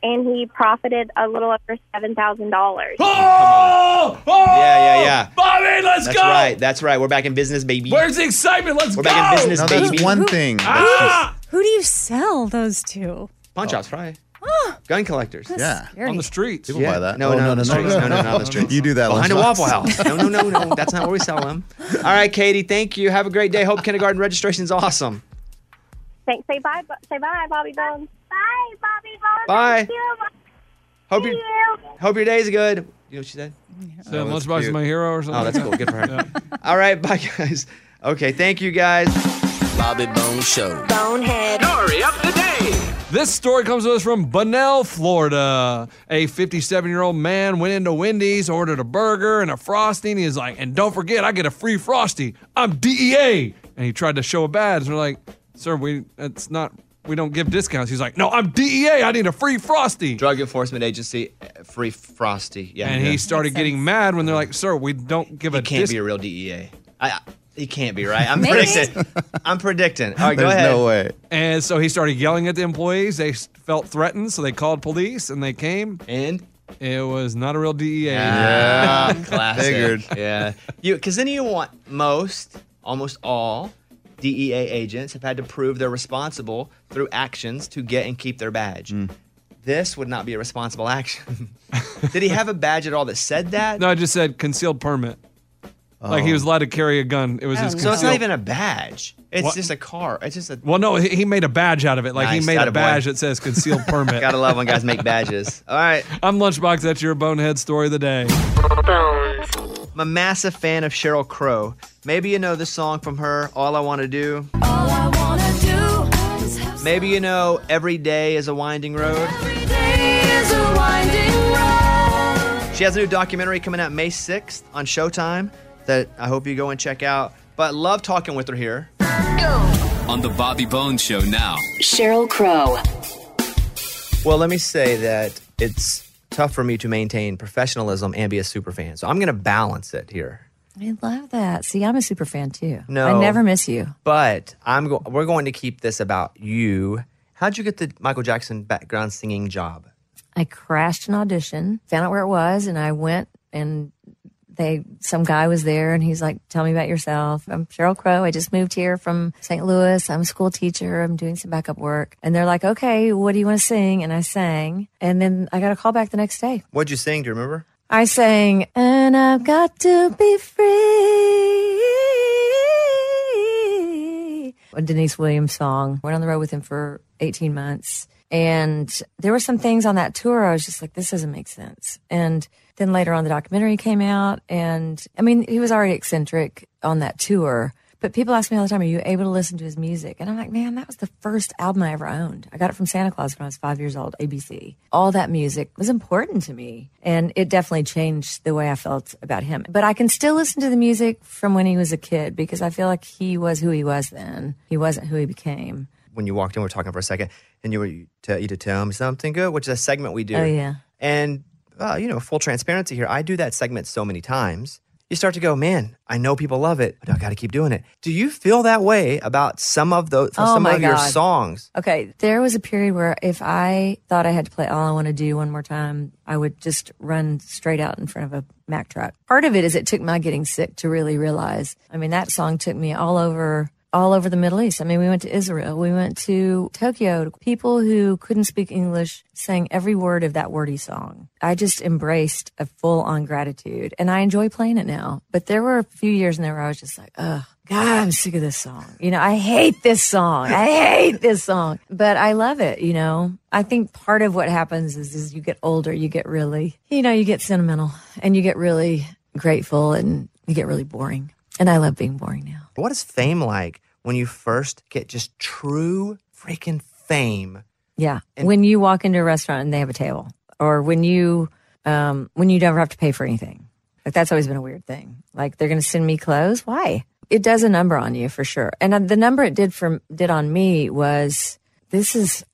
And he profited a little over seven thousand dollars.
Oh!
Yeah, yeah, yeah.
Bobby, let's
that's
go!
right. That's right. We're back in business, baby.
Where's the excitement? Let's
We're
go! Ah.
back in business,
No,
baby.
that's one thing.
Who do you sell those to?
Punch outs, probably. Gun collectors.
That's
Yeah.
scary. On the
streets.
People buy that.
No,
Oh,
no,
no,
on the
no, no,
streets. No, no,
no,
no,
no,
on
no.
the streets.
You do that,
behind a
Lunchbox.
Waffle House. No, no, no, no. That's not where we sell them. All right, Katie. Thank you. Have a great day. Hope kindergarten registration is awesome.
Thanks. Say bye. Bo- Say bye, Bobby Bones. Bye, Bobby Bones.
Bye.
Thank you.
Hope your hope your day's good. You know what she said?
Said Lunchbox is my hero or something.
Oh, that's cool. Good for her. All right, bye guys. Okay, thank you guys. Bobby Bone Show.
Bonehead.
Story of the day.
This story comes to us from Bunnell, Florida. A 57 year old man went into Wendy's, ordered a burger and a frosty, and he's like, and don't forget, I get a free frosty. I'm DEA. And he tried to show a badge. And we're like, sir, we it's not we don't give discounts. He's like, no, I'm DEA. I need a free frosty.
Drug Enforcement Agency, uh, free frosty. Yeah.
and
yeah.
he started getting mad when they're like, sir, we don't give a
He can't
discount.
be a real DEA. I, I he can't be right. I'm
Maybe.
predicting. I'm predicting. All right, go ahead.
way.
And so he started yelling at the employees. They s- felt threatened, so they called police and they came.
And
it was not a real DEA.
Yeah, Ah, classic.
Figured.
Yeah, you because then you want most, almost all DEA agents have had to prove they're responsible through actions to get and keep their badge.
Mm.
This would not be a responsible action. Did he have a badge at all that said that?
No, I just said concealed permit. Like he was allowed to carry a gun. It was his.
so it's not
concealed-
even a badge. It's
What?
just a car. It's just a.
Well, no, he, he made a badge out of it. Like
Nice,
he made a
attaboy.
badge that says concealed permit.
Gotta love when guys make badges. All right.
I'm Lunchbox. That's your bonehead story of the day.
I'm a massive fan of Cheryl Crow. Maybe you know this song from her, All I Want to Do. Maybe you know Every Day is a Winding Road. She has a new documentary coming out May 6th on Showtime that I hope you go and check out. But love talking with her here.
On the Bobby Bones Show now.
Cheryl Crow. Well, let me say that it's tough for me to maintain professionalism and be a super fan. So I'm going to balance it here.
I love that. See, I'm a super fan too.
No.
I never miss you.
But I'm go- we're going to keep this about you. How'd you get the Michael Jackson background singing job?
I crashed an audition, found out where it was, and I went and they some guy was there and he's like, Tell me about yourself. I'm Cheryl Crow. I just moved here from St. Louis. I'm a school teacher. I'm doing some backup work. And they're like, Okay, what do you want to sing? And I sang. And then I got a call back the next day.
What'd you sing? Do you remember?
I sang, and I've got to be free. A Denise Williams song. Went on the road with him for 18 months. And there were some things on that tour I was just like, this doesn't make sense. And then later on, the documentary came out. And I mean, he was already eccentric on that tour. But people ask me all the time, are you able to listen to his music? And I'm like, man, that was the first album I ever owned. I got it from Santa Claus when I was five years old, ABC. All that music was important to me. And it definitely changed the way I felt about him. But I can still listen to the music from when he was a kid because I feel like he was who he was then. He wasn't who he became.
When you walked in, we were talking for a second, and you were you, te- you to tell me something good, which is a segment we do.
Oh, yeah.
And uh, you know, full transparency here, I do that segment so many times. You start to go, man, I know people love it, but I got to keep doing it. Do you feel that way about some of those,
Oh,
some
my
of your
God.
songs?
Okay, there was a period where if I thought I had to play All I Want to Do one more time, I would just run straight out in front of a Mack truck. Part of it is it took my getting sick to really realize. I mean, that song took me all over all over the Middle East. I mean, we went to Israel, we went to Tokyo. People who couldn't speak English sang every word of that wordy song. I just embraced a full on gratitude and I enjoy playing it now. But there were a few years in there where I was just like, ugh, God, I'm sick of this song. You know, I hate this song. I hate this song, but I love it. You know, I think part of what happens is as you get older, you get really, you know, you get sentimental and you get really grateful and you get really boring. And I love being boring now.
What is fame like when you first get just true freaking fame?
Yeah. when you walk into a restaurant and they have a table or when you, um, when you never have to pay for anything, like that's always been a weird thing. Like they're going to send me clothes. Why? It does a number on you for sure. And uh, the number it did for, did on me was this is,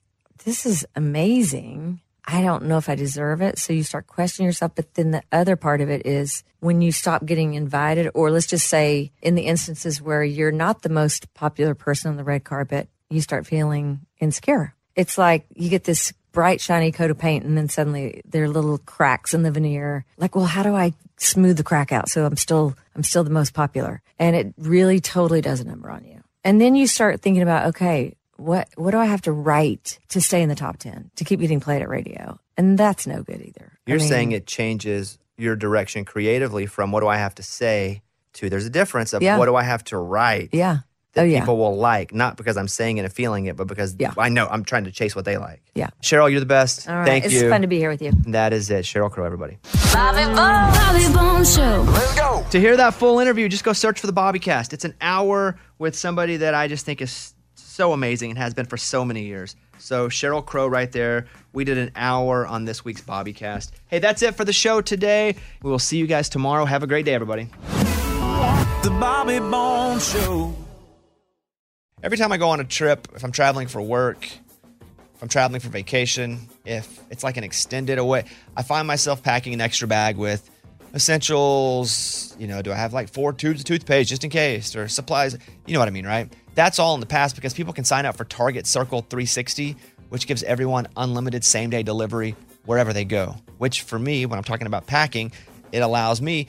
this is amazing. I don't know if I deserve it. So you start questioning yourself. But then the other part of it is when you stop getting invited, or let's just say in the instances where you're not the most popular person on the red carpet, you start feeling insecure. It's like you get this bright, shiny coat of paint, and then suddenly there are little cracks in the veneer. Like, well, how do I smooth the crack out so I'm still, I'm still the most popular? And it really totally does a number on you. And then you start thinking about, okay, what what do I have to write to stay in the top ten to keep getting played at radio? And that's no good either. I
You're
mean,
saying it changes your direction creatively from what do I have to say to there's a difference of
Yeah.
what do I have to write
yeah,
that
Oh, yeah.
people will like, not because I'm saying it and feeling it, but because I know I'm trying to chase what they like.
yeah.
Cheryl, you're the best.
All right,
Thank
it's
you.
fun to be here with you.
that is it. Cheryl Crow, everybody.
Bobby Bones, Bobby Bones Show. Let's go.
To hear that full interview, just go search for the Bobbycast. It's an hour with somebody that I just think is so amazing and has been for so many years. So Cheryl Crow right there. We did an hour on this week's Bobbycast. Hey, that's it for the show today. We will see you guys tomorrow. Have a great day, everybody.
The Bobby Bones Show.
Every time I go on a trip, if I'm traveling for work, if I'm traveling for vacation, if it's like an extended away, I find myself packing an extra bag with essentials. You know, do I have like four tubes of toothpaste just in case or supplies? You know what I mean, right? That's all in the past because people can sign up for Target Circle 360, which gives everyone unlimited same day delivery wherever they go. Which for me, when I'm talking about packing, it allows me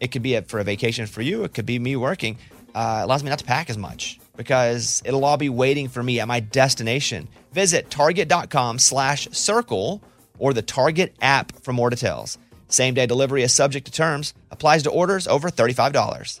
it could be a, for a vacation for you. It could be me working. Uh, it allows me not to pack as much. because it'll all be waiting for me at my destination. Visit target.com slash circle or the Target app for more details. Same day delivery is subject to terms, applies to orders over $35.